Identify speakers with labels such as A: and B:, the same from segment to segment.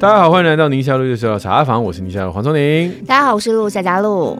A: 大家好，欢迎来到宁夏路的小茶房，我是宁夏路黄宗宁。
B: 大家好，我是陆夏佳露。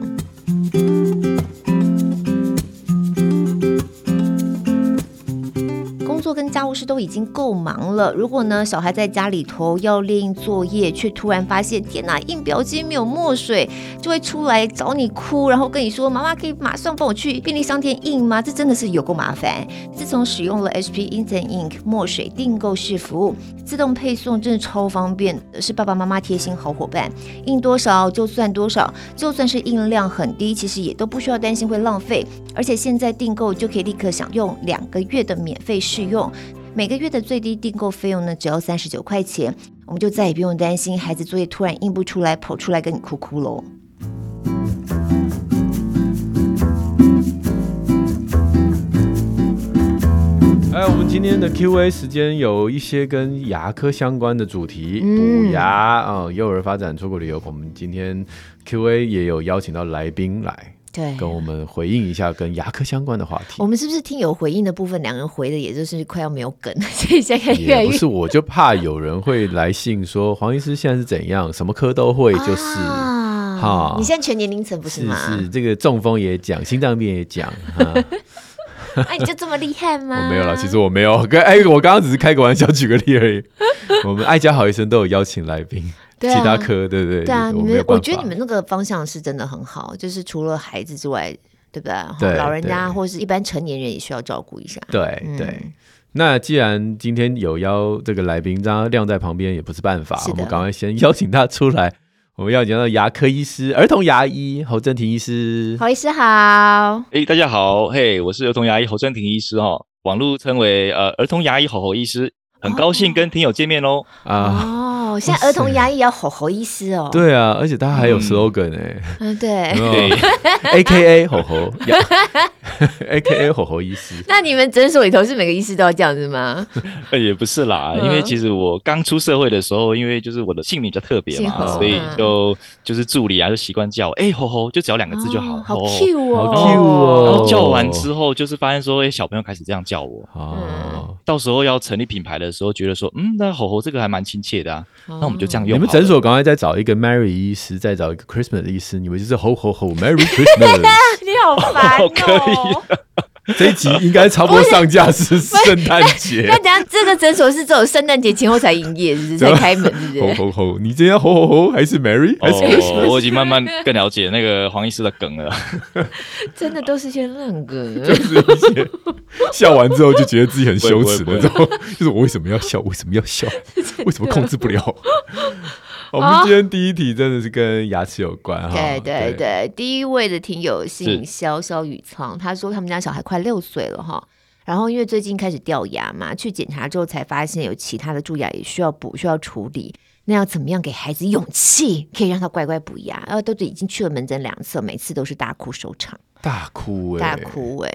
B: 工作跟家务事都已经够忙了，如果呢小孩在家里头要列印作业，却突然发现天哪，印表机没有墨水，就会出来找你哭，然后跟你说妈妈可以马上帮我去便利商店印吗？这真的是有够麻烦。自从使用了 E HP Instant Ink 墨水订购式服务，自动配送真的超方便，是爸爸妈妈贴心好伙伴。印多少就算多少，就算是印量很低，其实也都不需要担心会浪费。而且现在订购就可以立刻享用两个月的免费试用，每个月的最低订购费用呢，只要三十九块钱，我们就再也不用担心孩子作业突然印不出来，跑出来跟你哭哭喽。
A: 哎，我们今天的 Q&A 时间有一些跟牙科相关的主题，补牙啊、哦幼儿发展出国旅游。我们今天 Q&A 也有邀请到来宾来
B: 对
A: 跟我们回应一下跟牙科相关的话题
B: 我。们是不是听友回应的部分，两人回的也就是快要没有梗， 所以现在越来
A: 也不
B: 越
A: 是，我就怕有人会来信说黄医师现在是怎样，什么科都会，就是、
B: 啊
A: 哈
B: 你现在全年龄层不是
A: 是
B: 吗？
A: 是这个中风也讲，心脏病也讲。哈
B: 哎，你就这么厉害吗？
A: 我没有啦，其实我没有。 跟哎，我刚刚只是开个玩笑，举个例而已。 我们爱家好医生都有邀请来宾，
B: 对啊
A: 其他科对不对？
B: 对啊，你
A: 我没
B: 们
A: 有办法
B: 我觉得你们那个方向是真的很好，就是除了孩子之外，对不对？然后
A: 对
B: 老人家
A: 对
B: 或是一般成年人也需要照顾一下。
A: 对
B: 嗯
A: 对。那既然今天有邀这个来宾，让他晾在旁边也不是办法，
B: 是
A: 我
B: 的
A: 们赶快先邀请他出来。我们邀请到牙科医师、儿童牙医侯正廷医师。
B: 好医师
A: 啊
B: 好，
C: 诶，哎大家好，嘿，我是儿童牙医侯正廷医师哈、哦，网络称为呃儿童牙医侯侯医师，很高兴跟听友见面哦。
A: 啊。
B: 哦，现在儿童牙医也要吼吼医师哦。，
A: 对啊，而且他还有
C: 嗯
A: slogan 哎、
B: 嗯对。
C: 对，
A: a K A 吼 吼，A K A 吼吼医师，
B: 那你们诊所里头是每个医师都要这样子吗？
C: 呃也不是啦，因为
B: 嗯
C: 其实我刚出社会的时候，因为就是我的姓名比较特别
B: 姓
C: 嘛，
B: 侯
C: 所以
B: 嗯
C: 就就是助理啊就习惯叫我诶，侯侯，就只要两个字就好，
B: 哦好
C: 侯侯
B: Q 哦，
A: 好 Q 哦
C: 然后叫完之后，就是发现说，诶，哎小朋友开始这样叫我。
B: 嗯
A: 哦，
C: 到时候要成立品牌的时候，觉得说，嗯，那吼吼这个还蛮亲切的啊，那我们就
B: 哦
C: 这样用
A: 你
C: 好
A: 们
C: 了。
A: 诊所赶快再找一个 Mary 医师，再找一个 Christmas 医师，你们就是吼吼吼 Merry Christmas。
B: 你好烦哦。
C: 可以
A: 啊这一集应该差不多上架是圣诞节
B: 那。等下这个诊所是只有圣诞节前后才营业，是不是才开门，是不
A: 吼
B: 是？
A: 吼吼！你今天吼吼吼还是 Merry 还是 Christmas？
C: 哦，我已经慢慢更了解那个黄医师的梗了。
B: 真的都是些烂梗。
A: 就是一些 笑完之后就觉得自己很羞耻
C: 不会
A: 那种，就是我为什么要笑？为什么要笑？为什么控制不 了？哦我们今天第一题真的是跟牙齿有关哈。
B: 对对对，第一位的听友姓潇潇雨苍，他说他们家小孩快六岁了哈。然后因为最近开始掉牙嘛，去检查之后才发现有其他的蛀牙也需要补，需要处理。那要怎么样给孩子勇气，可以让他乖乖补牙？然后都已经去了门诊两次，每次都是大哭收场，
A: 大哭哎、
B: 大哭哎、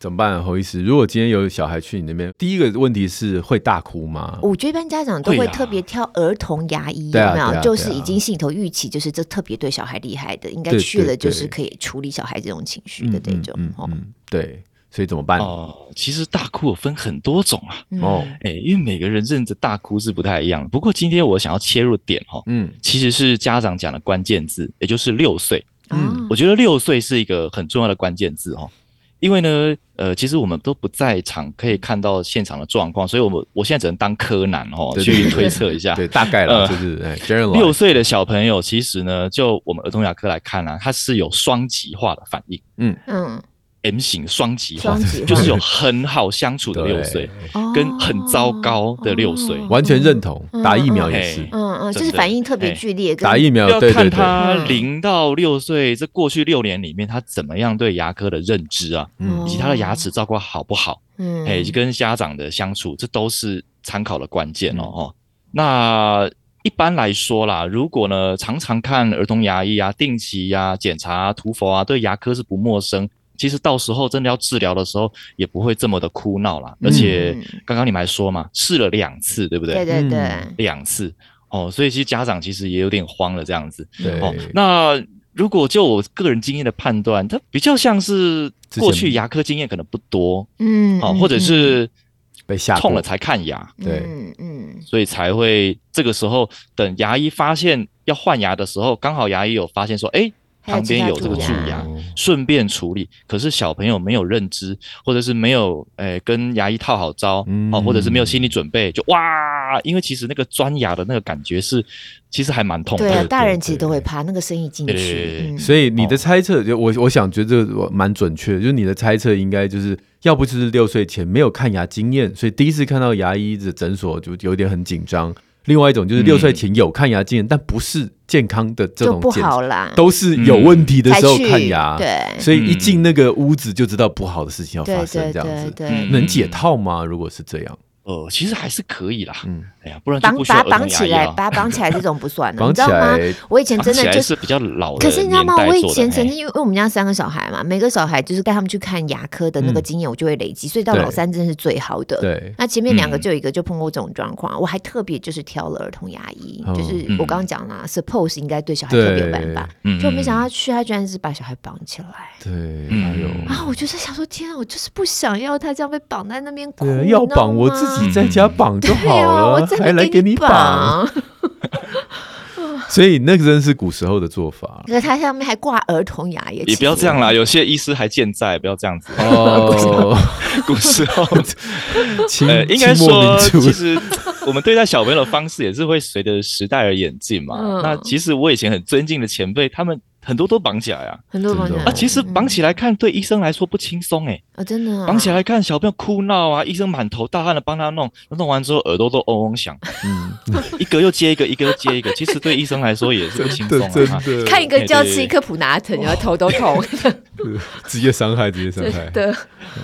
A: 怎么办、啊，侯医师？如果今天有小孩去你那边，第一个问题是会大哭吗？
B: 我觉得一般家长都
C: 会
B: 会
C: 啦
B: 特别挑儿童牙医，
A: 对啊
B: 有没有？
A: 对啊
B: 就是
A: 对啊
B: 已经心里头预期，就是这特别对小孩厉害的，应该
A: 对
B: 去了
A: 对
B: 就是
A: 对
B: 可以处理小孩这种情绪的这种。
A: 嗯
B: 哦
A: 嗯嗯对，所以怎么办？
C: 哦，其实大哭有分很多种啊，
B: 嗯
A: 哦
C: 哎，因为每个人认着大哭是不太一样的。不过今天我想要切入点哈、哦，
A: 嗯，
C: 其实是家长讲的关键字，也就是六岁。
A: 嗯
B: 啊
C: 我觉得六岁是一个很重要的关键字哦，因为呢，呃，其实我们都不在场，可以看到现场的状况，所以我们我现在只能当柯南哦，
A: 对对
C: 去
A: 对
C: 推测一下。
A: 对，大概了，
C: 呃
A: 就是哎 g e n e r a
C: 六岁的小朋友，其实呢，就我们儿童牙科来看呢、啊，它是有双极化的反应
B: 嗯，
C: ，M 型双极化
B: 双，哦极化
C: 就是有很好相处的六岁，跟很糟糕的六岁
A: 完全认同，
B: 嗯
A: 打疫苗也是，
C: 嗯
B: 哦嗯嗯，就
C: 真
B: 是
C: 的
B: 反应特别
C: 哎
B: 剧烈，跟
A: 打疫苗
C: 要
A: 对对
C: 看
A: 对，
C: 他
B: 嗯
C: 零到六岁这过去六年里面，他怎么样对牙科的认知啊，
A: 嗯
C: 以及他的牙齿照顾好不好，
B: 哦嗯，
C: 哎、跟家长的相处，这都是参考的关键哦。
B: 嗯
C: 哦，那一般来说啦，如果呢常常看儿童牙医啊、定期呀、检查、啊、涂氟啊，对牙科是不陌生。其实到时候真的要治疗的时候，也不会这么的哭闹啦。而且
B: 嗯
C: 刚刚你们还说嘛，试了两次，对不对？
B: 对对对，
A: 嗯
C: 两次哦，所以其实家长其实也有点慌了这样子
A: 对
C: 哦。那如果就我个人经验的判断，它比较像是
A: 之前
C: 过去牙科经验可能不多
B: 嗯，
C: 哦，
B: 嗯
C: 或者是
A: 被吓
C: 痛
A: 过
C: 了，才看牙，
A: 对
B: 嗯嗯
C: 所以才会这个时候等牙医发现要换牙的时候，刚好牙医有发现说，哎，
B: 还有
C: 旁
B: 其
C: 边
B: 他
C: 有这个
B: 蛀
C: 蛀
B: 牙
C: 牙，
A: 哦
C: 顺便处理。可是小朋友没有认知，或者是没有诶跟牙医套好招、
A: 嗯
C: 哦，或者是没有心理准备，就哇，因为其实那个钻牙的那个感觉是，其实还蛮痛
B: 对
C: 的。
B: 啊，
A: 对
B: 大人
A: 对
B: 其实
A: 对
B: 都会怕那个声音进
C: 对对对
B: 去，
C: 对
B: 嗯
A: 所以你
C: 哦
A: 的猜测，就我我想觉得这个蛮准确的，就是你的猜测应该就是要不就是六岁前没有看牙经验，所以第一次看到牙医的诊所就有点很紧张；另外一种就是
C: 嗯
A: 六岁前有看牙经验，但不是健康的这
B: 就
A: 种
B: 不
A: 检
B: 好啦，
A: 都是有问题的
B: 才
A: 时候
B: 去
A: 看牙，，
B: 对
A: 所以一
C: 嗯
A: 进那个屋子就知道不好的事情要发
B: 对
A: 生，
B: 对
A: 这样
B: 对
A: 子
B: 对，
C: 嗯
A: 能解套吗？如果是这样，
C: 呃，其实还是可以啦。
A: 嗯，
C: 哎呀，不然就
B: 绑
C: 不需要
B: 把
C: 儿
B: 它
C: 童
B: 绑
C: 牙
B: 起
C: 医
B: 来，
C: 了
B: 把它绑起来这种不算了，
A: 绑
B: 你知
A: 起
B: 道吗？
A: 来
B: 我以前真
C: 绑起
B: 的
C: 来
B: 就是
C: 比较老的
B: 可是你知道吗？
C: 年代
B: 我以
C: 做的
B: 前曾
C: 嘿
B: 经，因为我们家三个小孩嘛，每个小孩就是带他们去看牙科的那个
A: 嗯
B: 经验，我就会累积，所以到
A: 对
B: 老三真的是最好的。
A: 对，
B: 那前面两个
C: 嗯
B: 就有一个就碰过这种状况，我还特别就是挑了儿童牙医，
A: 哦
B: 就是
C: 嗯
B: 我刚刚讲啦，suppose 应该对小孩特别有办法，
C: 嗯
B: 就没想到去他居然是把小孩绑起来。
A: 对，
C: 嗯
A: 哎呦。
B: 啊！我就在想说，天啊，我就是不想要他这样被绑在那边哭，
A: 对，啊
B: 你
A: 要
B: 知道
A: 绑我自己
B: 吗
A: 在家绑就
B: 对
A: 好
B: 啊，
A: 了，
B: 我真
A: 还
B: 的
A: 来给你绑，
B: 绑，
A: 所以那个真是古时候的做 法。
B: 可是他上面还挂儿童牙耶，
C: 也不要这 样啦，有些医师还健在，不要这样子。
A: 哦，
C: 古时 候，
A: 清
C: 呃，应该
A: 清末
C: 说，
A: 民初
C: 其实我们对待小朋友的方式也是会随着时代而演进嘛。
B: 嗯
C: 那其实我以前很尊敬的前辈，他们很多都绑起来啊。
B: 很多
A: 真的
B: 绑起来
A: 哦
C: 啊，其实绑
B: 嗯
C: 起来看对医生来说不轻松哎，
B: 啊，真的啊
C: 绑起来看小朋友哭闹啊，医生满头大汗的帮他弄，弄完之后耳朵都嗡嗡响，
A: 嗯，
C: 一个又接一个，一个又接一个，其实对医生来说也是不轻
A: 真
C: 松
A: 的
C: 啊。哈
A: 真的
B: 看一个就要吃一
C: 对对对
B: 颗普拿疼，然后头都 痛，
A: 职业伤害，职业伤害
B: 真。的。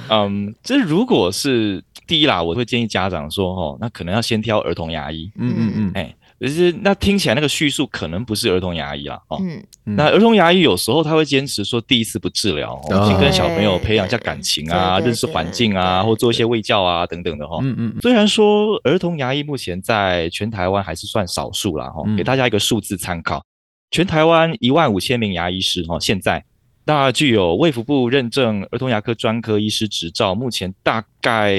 C: 嗯，这如果是第一啦，我会建议家长说，哦，那可能要先挑儿童牙医。
A: 嗯嗯嗯，
C: 哎，就是那听起来那个叙述可能不是儿童牙医啦，哦。
B: 嗯，
A: 嗯
C: 那儿童牙医有时候他会坚持说第一次不治疗，
A: 哦
C: 哦、先跟小朋友培养一下感情啊、
B: 对对对
C: 认识环境啊，
B: 对
C: 或做一些喂教啊等等的哈、哦。
A: 嗯嗯
C: 虽然说儿童牙医目前在全台湾还是算少数啦哈、哦
A: 嗯
C: 给大家一个数字参考，全台湾一万五千名牙医师哈、哦，现在那具有卫福部认证儿童牙科专科医师执照，目前大概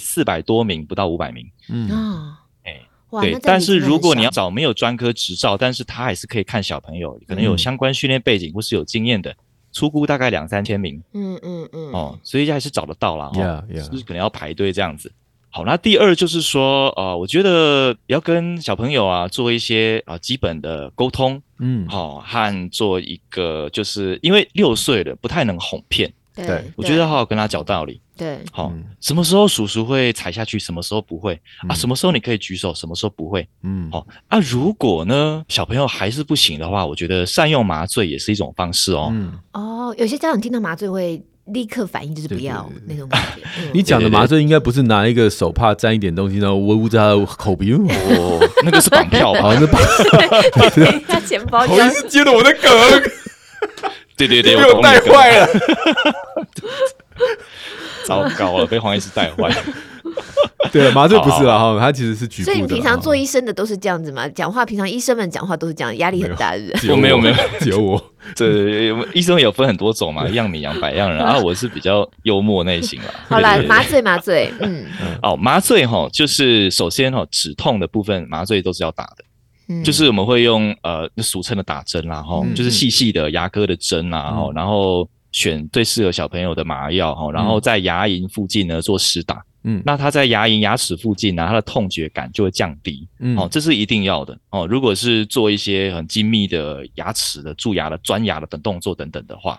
C: 四百多名，不到五百名。
A: 嗯，
B: 啊，
C: 哎
B: 哇，
C: 对
B: 那，这样
C: 但
B: 子
C: 是
B: 真的
C: 如
B: 很
C: 果你
B: 少
C: 要找没有专科执照，但是他还是可以看小朋友，可能有
A: 嗯
C: 相关训练背景或是有经验的，初估大概两三千名
B: 嗯嗯嗯
C: 哦，所以还是找得到啦。哦
A: Yeah, yeah
C: 就是可能要排队这样子。好，那第二就是说，呃，我觉得要跟小朋友啊做一些啊、基本的沟通，
A: 嗯，
C: 哦，和做一个就是因为六岁了不太能哄骗，
A: 对
C: 我觉得好好跟他讲道理。
B: 对
C: 好、
A: 嗯
C: 什么时候叔叔会踩下去，什么时候不会
A: 嗯
C: 啊？什么时候你可以举手，什么时候不会？
A: 嗯，
C: 哦，啊，如果呢小朋友还是不行的话，我觉得善用麻醉也是一种方式哦。
A: 嗯，
B: 哦，有些家长听到麻醉会立刻反应就是不
A: 对对
B: 要
A: 对对
B: 那种感觉，嗯
A: 你讲的麻醉应该不是拿一个手帕沾一点东西，然后捂着他的口 鼻。
C: 哦，那个是绑票 吧？
A: 好，那把
B: 他钱包
A: 好
B: 这
A: 意
B: 样
A: 思接了我的梗，
C: 对对
A: 被
C: 对，
A: 我
C: 懂
A: 带
C: 那个，
A: 坏了。
C: 糟糕了，被黄医师带 坏。
A: 对了，麻醉不是了哈，它其实是局部
B: 所
A: 的啦。
B: 以你平常做
A: 哈
B: 医生的都是这样子嘛？讲话平常医生们讲话都是这样，压力很大，是不是？
A: 有
C: 我没有没有，
A: 有我。
C: 这医生有分很多种嘛，一样米养百样人啊，我是比较幽默类型啦。
B: 好啦
C: 对，对对
B: 麻醉麻醉， 嗯
C: 哦，麻醉哈，就是首先哈，止痛的部分麻醉都是要打的，
B: 嗯，
C: 就是我们会用呃俗称的打针啦哈，
A: 嗯
C: 就是细细的牙科的针啦哈，
A: 嗯
C: 然后选最适合小朋友的麻药哈，然后在牙龈附近呢做施打，
A: 嗯
C: 那它在牙龈牙齿附近呢，啊它的痛觉感就会降低
A: 嗯
C: 哦，这是一定要的哦。如果是做一些很精密的牙齿的蛀牙的钻牙的等动作等等的话。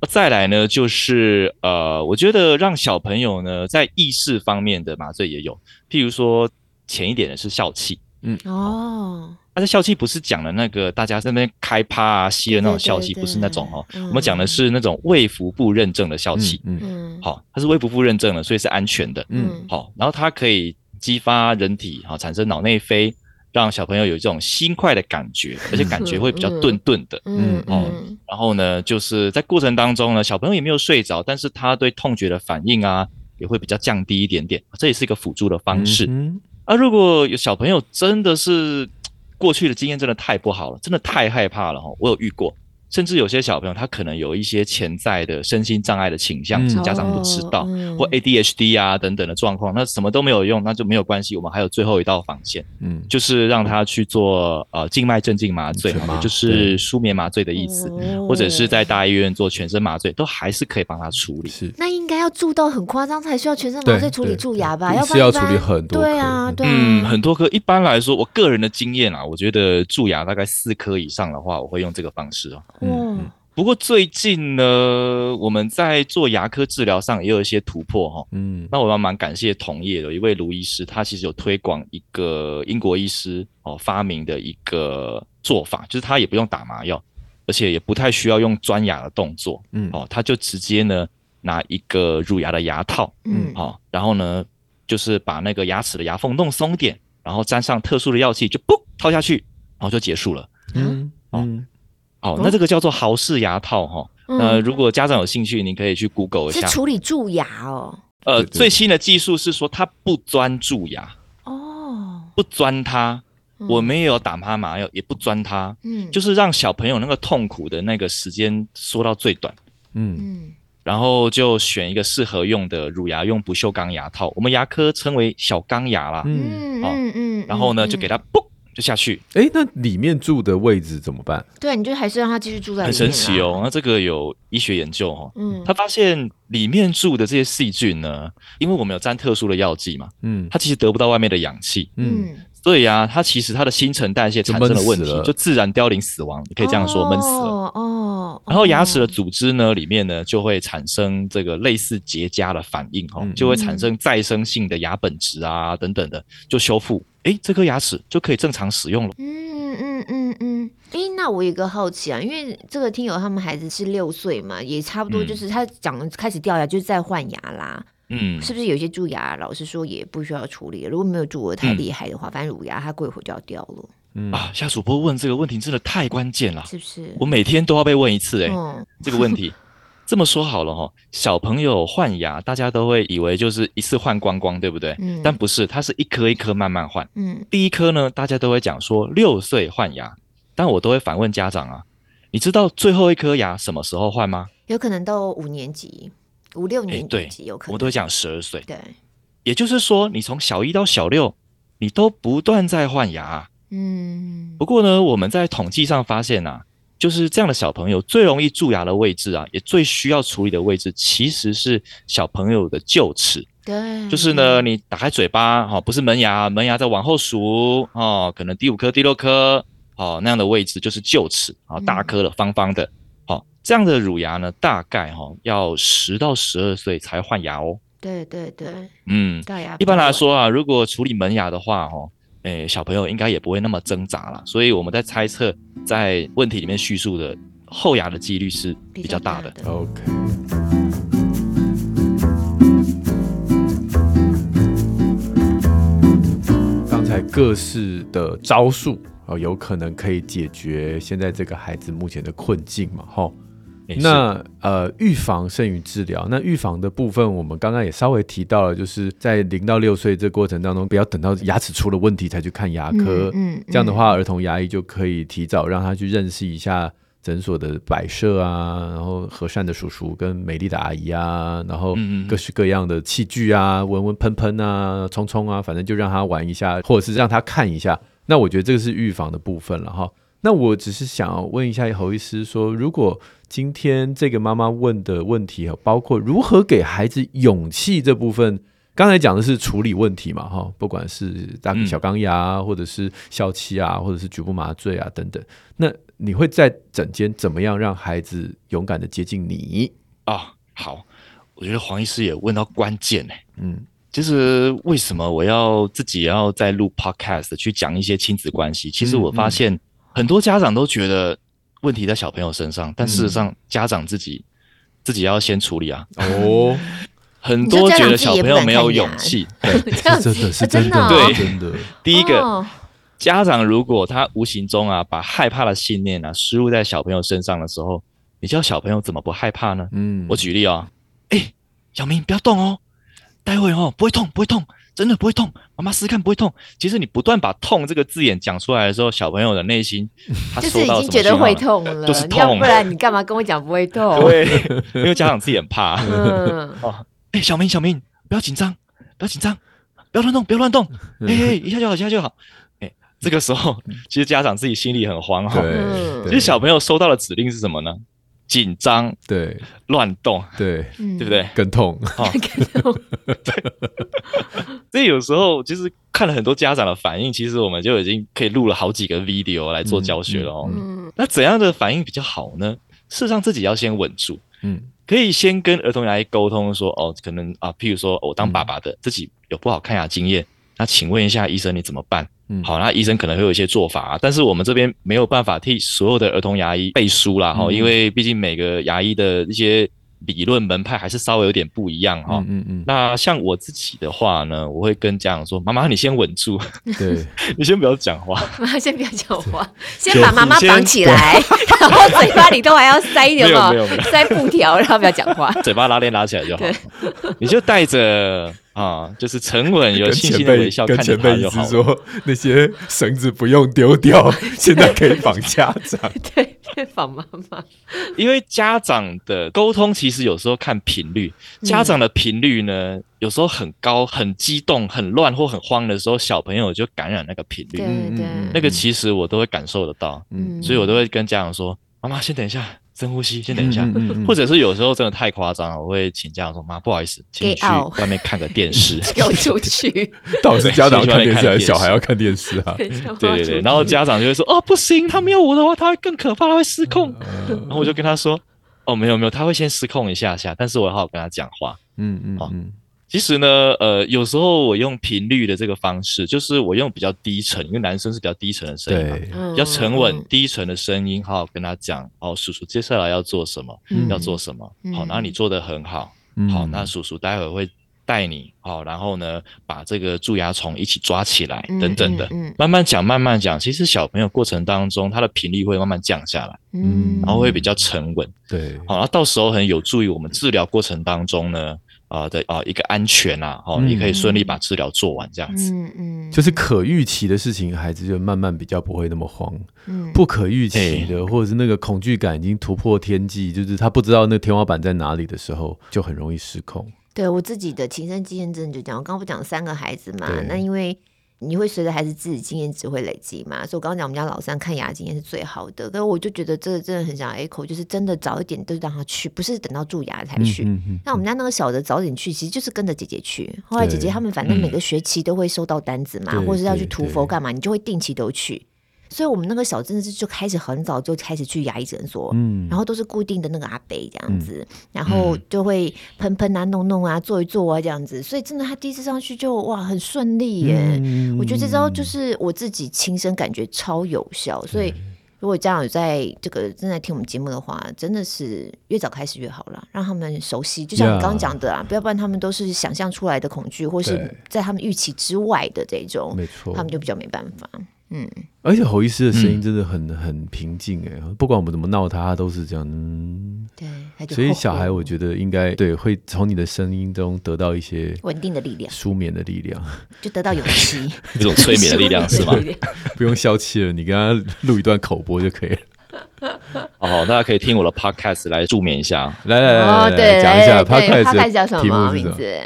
C: 呃再来呢，就是呃，我觉得让小朋友呢在意识方面的麻醉也有，譬如说浅一点的是笑气，
B: 哦，
C: 但是笑气不是讲的那个大家在那边开趴啊、吸的那种笑气，
B: 对对对
C: 不是那种哦，
B: 嗯
C: 我们讲的是那种卫福部认证的笑气，
A: 嗯
B: 嗯，
C: 好、它是卫福部认证的，所以是安全的，
A: 嗯
C: 好、然后它可以激发人体哈、产生脑内啡，让小朋友有这种心快的感觉，而且感觉会比较顿顿的。
B: 嗯
A: 嗯
B: 嗯
C: 然后呢，就是在过程当中呢，小朋友也没有睡着，但是他对痛觉的反应啊，也会比较降低一点点，这也是一个辅助的方式。
A: 嗯
C: 啊，如果有小朋友真的是过去的经验真的太不好了，真的太害怕了哈，我有遇过。甚至有些小朋友他可能有一些潜在的身心障碍的倾向，
A: 嗯
C: 是家长不知
B: 哦
C: 道，
D: 嗯
C: 或 ADHD 啊等等的状况，那什么都没有用，那就没有关系。我们还有最后一道防线，
A: 嗯，
C: 就是让他去做呃静脉镇静麻醉，
A: 全麻
C: 也就是舒眠麻醉的意思，
D: 哦
C: 或者是在大医院做全身麻醉，都还是可以帮他处理。
A: 是
D: 那应该要住到很夸张才需要全身麻醉
A: 对
D: 处理
A: 对
D: 蛀牙吧？
A: 对
D: 要
A: 是
D: 不然
A: 要
D: 一般
A: 处理很多
D: 对啊，
A: 颗
D: 对啊，
C: 嗯，很多颗。一般来说，我个人的经验啊，我觉得蛀牙大概四颗以上的话，我会用这个方式哦。
A: 嗯
D: 哇
A: 嗯
C: 不过最近呢，我们在做牙科治疗上也有一些突破哈、哦。
A: 嗯
C: 那我要蛮感谢同业有一位卢医师，他其实有推广一个英国医师哦发明的一个做法，就是他也不用打麻药，而且也不太需要用钻牙的动作
A: 嗯
C: 哦，他就直接呢拿一个乳牙的牙套，
D: 嗯，
C: 好、然后呢，就是把那个牙齿的牙缝弄松一点，然后沾上特殊的药剂，就嘣掏下去，然后就结束了。
A: 嗯
B: 啊
A: 嗯
C: 好、
D: 哦
C: 那这个叫做豪氏牙套哈、
D: 嗯
C: 那如果家长有兴趣，您可以去 Google 一
D: 是
C: 下。
D: 处理蛀牙哦，
C: 呃，
A: 对对
C: 最新的技术是说它不钻蛀牙，
D: 哦，
C: 不钻它，
D: 嗯
C: 我没有打它麻药，也不钻它，
D: 嗯
C: 就是让小朋友那个痛苦的那个时间缩到最短。
A: 嗯
D: 嗯
C: 然后就选一个适合用的乳牙，用不锈钢牙套，我们牙科称为小钢牙啦。
A: 嗯，
D: 嗯
C: 好
D: 嗯嗯，
C: 然后呢，就给它嘣就下去，
A: 哎，那里面住的位置怎么办？
D: 嗯对，你就还是让他继续住在
C: 很
D: 里
C: 神
D: 面
C: 奇
D: 啦，
C: 哦。那这个有医学研究哦，
D: 嗯，
C: 他发现里面住的这些细菌呢，因为我们有沾特殊的药剂嘛，
A: 嗯
C: 它其实得不到外面的氧气，
A: 嗯，
C: 所以啊，它其实它的新陈代谢产生了问
A: 就闷死
C: 题
A: 了，
C: 就自然凋零死亡，你可以这样说，闷死了。
D: 哦哦，
C: 然后牙齿的
D: 哦
C: 组织呢，里面呢就会产生这个类似结痂的反应哦
A: 嗯，
C: 就会产生再生性的牙本质啊等等的，就修复，诶，这颗牙齿就可以正常使用了。
D: 嗯嗯嗯嗯，诶，那我有一个好奇啊，因为这个听友他们孩子是六岁嘛，也差不多就是他讲开始掉牙，就是在换牙啦，
C: 嗯，
D: 是不是有些蛀牙，老师说也不需要处理，如果没有蛀得太
C: 嗯
D: 厉害的话，反正乳牙它过一会儿就要掉了，
A: 嗯
C: 啊，夏主播问这个问题真的太关键了，
D: 是不是？
C: 我每天都要被问一次诶。
D: 嗯
C: 这个问题。这么说好了哈、小朋友换牙，大家都会以为就是一次换光光，对不对？
D: 嗯
C: 但不是，它是一颗一颗慢慢换。
D: 嗯
C: 第一颗呢，大家都会讲说六岁换牙，但我都会反问家长啊，你知道最后一颗牙什么时候换吗？
D: 有可能到五年级、五六
C: 诶
D: 年
C: 对
D: 级有可能，
C: 我都会讲十二岁，
D: 对，
C: 也就是说，你从小一到小六，你都不断在换牙啊。
D: 嗯
C: 不过呢，我们在统计上发现啊，就是这样的小朋友最容易蛀牙的位置啊，也最需要处理的位置，其实是小朋友的臼齿。
D: 对，
C: 就是呢，你打开嘴巴，哦，不是门牙，门牙再往后数，哦，可能第五颗、第六颗，哦，那样的位置就是臼齿，啊、
D: 嗯
C: 大颗的、方方的，好、这样的乳牙呢，大概哈、哦、要十到十二岁才换牙哦。
D: 对对对，
C: 嗯，
D: 掉牙
C: 一般
D: 比较
C: 来
D: 晚，
C: 说啊，如果处理门牙的话，哦，诶，小朋友应该也不会那么挣扎啦。所以我们在猜测，在问题里面叙述的后牙的几率是比较大的。
A: ，OK，刚才各式的招数。哦，有可能可以解决现在这个孩子目前的困境嘛？哈、
C: 诶
A: 那呃，预防胜于治疗。那预防的部分，我们刚刚也稍微提到了，就是在零到六岁这过程当中，不要等到牙齿出了问题才去看牙科。
D: 嗯嗯
A: 这样的话，儿童牙医就可以提早让他去认识一下诊所的摆设啊，然后和善的叔叔跟美丽的阿姨啊，然后
C: 嗯嗯嗯
A: 各式各样的器具啊，闻闻喷喷啊，冲冲啊，反正就让他玩一下，或者是让他看一下。那我觉得这个是预防的部分了哈。那我只是想要问一下侯医师说，如果今天这个妈妈问的问题啊，包括如何给孩子勇气这部分，刚才讲的是处理问题嘛，哈，不管是大
C: 嗯
A: 小钢牙啊或者是笑气啊，或者是局部麻醉啊等等，那你会在诊间怎么样让孩子勇敢的接近你？
C: 啊，好，我觉得黄医师也问到关键呢、
A: 嗯
C: 就是为什么我要自己也要在录 podcast 去讲一些亲子关系？其实我发
D: 嗯
C: 现很多家长都觉得问题在小朋友身上，但事实上家长自
D: 嗯
C: 己自己要先处理啊。
A: 哦，
C: 很
D: 你说
C: 多
D: 家
C: 觉
D: 长
C: 得
D: 自己
C: 小
D: 也不
C: 朋友
D: 敢
C: 没
D: 看
C: 有
D: 牙
C: 勇气。对，
D: 这样
A: 是真的是
D: 哦
A: 真的，
D: 哦
C: 对
A: 真的，
C: 第一个，
D: 哦
C: 家长如果他无形中啊把害怕的信念啊输入在小朋友身上的时候，你叫小朋友怎么不害怕呢？
A: 嗯，
C: 我举例啊、哦，哎、小明不要动哦，待会哦不会痛不会痛，真的不会痛，妈妈试试看不会痛。其实你不断把“痛”这个字眼讲出来的时候，小朋友的内心他
B: 就
C: 收
B: 是已
C: 到
B: 经
C: 什么
B: 觉得
C: 讯号
B: 会
C: 呢，
B: 痛了，
C: 就是
B: 要
C: 痛
B: 不然你干嘛跟我讲不会痛？
C: 对， 因为家长自己很怕。
B: 嗯，
C: 哎、小明，小明，不要紧张，不要紧张，不要乱动，不要乱动，
A: 嗯
C: 哎、哎一下就好，一下就好。哎、这个时候其实家长自己心里很慌哈、
A: 对
B: 嗯，
A: 对
C: 其实小朋友收到的指令是什么呢？紧张、
A: 对
C: 乱动，
A: 对
B: 对
C: 对不？对？
A: 更痛，
C: 所以有时候就是看了很多家长的反应，其实我们就已经可以录了好几个 video 来做教学了哦。
A: 嗯
B: 嗯
C: 那怎样的反应比较好呢？事实上，自己要先稳住，
A: 嗯
C: 可以先跟儿童牙医沟通说，哦，可能啊，譬如说、哦我当
A: 嗯
C: 爸爸的、自己有不好看牙经验，那请问一下医生你怎么办？
A: 嗯，
C: 好，那医生可能会有一些做法、啊，但是我们这边没有办法替所有的儿童牙医背书啦，哈、
A: 嗯
C: 因为毕竟每个牙医的一些理论门派还是稍微有点不一样哈、
A: 嗯嗯嗯，
C: 那像我自己的话呢，我会跟家长说：“妈妈，你先稳住，
A: 嗯对，
C: 你先不要讲话。
B: 妈妈 先不要讲话，先
C: 就
B: 把妈妈
C: 先
B: 绑起来，然后嘴巴里头还要塞一点
C: 没有
B: 嘛
C: 没有没有，
B: 塞布条，然后不要讲话。
C: 嘴巴拉链拉起来就好
B: 对。
C: 你就带着啊，就是沉稳、有
A: 跟
C: 信
A: 前
C: 心的
A: 辈
C: 微笑
A: 跟
C: 看着
A: 前
C: 他
A: 辈一
C: 就好
A: 直
C: 了。
A: 说那些绳子不用丢 掉，现在可以绑家长，
B: 对，先仿妈妈。
C: 因为家长的沟通其实有时候看频率，家长的频率呢，有时候很高、很激动、很乱或很慌的时候，小朋友就感染那个频率
B: 对。
A: 嗯嗯
B: 对
A: 嗯，
C: 那个其实我都会感受得到，
A: 嗯
C: 所以我都会跟家长说：“妈妈，先等一下，深呼吸，先等一下。
A: 嗯嗯嗯
C: 或者是有时候真的太夸张了，我会请家长说：“妈，不好意思，请你
B: Get
C: 去
B: out ”
C: 外面看个电视。
B: 给我出去。
A: 倒是家长
C: 对
A: 看电视，还
C: 出去外面看电
A: 是
C: 视
A: 小孩要看电视啊？
C: 对对对，然
B: 后
C: 后家长就会说：“哦，不行，他没有我的话，他会更可怕，他会失
A: 嗯
C: 控。”然后我就跟他说：“哦，没有没有，他会先失控一下下，但是我要好好跟他讲话。
A: 嗯嗯
C: 好
A: 嗯，
C: 其实呢，呃，有时候我用频率的这个方式，就是我用比较低沉，因为男生是比较低沉的声音
A: 对，
C: 嘛，比较沉稳、
B: 嗯
C: 低沉的声音，好好跟他讲哦，叔叔接下来要做什么，
B: 嗯
C: 要做什么，好，
B: 嗯
C: 然后你做的很好，
A: 嗯
C: 好，那叔叔待会会带你，好，然后呢，把这个蛀牙虫一起抓起来，等等的，
B: 嗯
C: 慢慢讲，慢慢讲。其实小朋友过程当中，他的频率会慢慢降下来，
A: 嗯
C: 然后会比较沉稳，
A: 对，
C: 好，那到时候很有助于我们治疗过程当中呢，啊、的啊、一个安全啊，哦，
A: 嗯
C: 你可以顺利把治疗做完这样子。
B: 嗯嗯，
A: 就是可预期的事情，孩子就慢慢比较不会那么慌。
B: 嗯
A: 不可预期的，或者是那个恐惧感已经突破天际，就是他不知道那天花板在哪里的时候，就很容易失控。
B: 对我自己的亲身经验，真的就讲，我刚刚不讲三个孩子嘛
A: 对？
B: 那因为你会随着孩子自己经验值会累积嘛，所以我刚刚讲我们家老三看牙经验是最好的，可是我就觉得这真的很想 echo，就是真的早一点都让他去，不是等到蛀牙才去。
A: 嗯嗯
B: 那我们家那个小的早点去，其实就是跟着姐姐去。后来姐姐他们反正每个学期都会收到单子嘛，
A: 嗯对
B: 或者是要去
A: 对
B: 涂
A: 对
B: 佛干嘛，你就会定期都去。所以我们那个小真的是就开始很早就开始去牙医诊所，
A: 嗯
B: 然后都是固定的那个阿伯这样子，然后就会喷喷啊、弄弄啊、做一做啊这样子，所以真的他第一次上去就哇很顺利耶。
A: 嗯
B: 我觉得这招就是我自己亲身感觉超有效，所以
A: 嗯
B: 如果家长有在这个正在听我们节目的话，真的是越早开始越好啦，让他们熟悉，就像你
A: Yeah
B: 刚刚讲的啊，不要不然他们都是想象出来的恐惧，或是
A: 对
B: 在他们预期之外的这种，
A: 没错
B: 他，们就嗯比较没办法。
A: 而且侯医师的声音真的很、很平静哎，不管我们怎么闹他，他都是这样。嗯，
B: 对，他就
A: 所以小孩我
B: 得
A: 觉得应该对会从你的声音中得到一些
B: 稳定的力量
A: 舒眠的力量，
B: 就得到勇气，？
C: 一种催眠的力量是吗
B: 力量
A: 不用消气了，你跟他录一段口播就可以了。
C: 哦，大家可以听我的 podcast 来助眠一下。啊
A: 来来来
B: 哦，
A: 来来，
B: 对，
A: 讲一下
B: 对对
A: podcast 的
B: podcast 叫什
A: 题目
B: 么
A: 是什
B: 名
A: 么？
B: 字？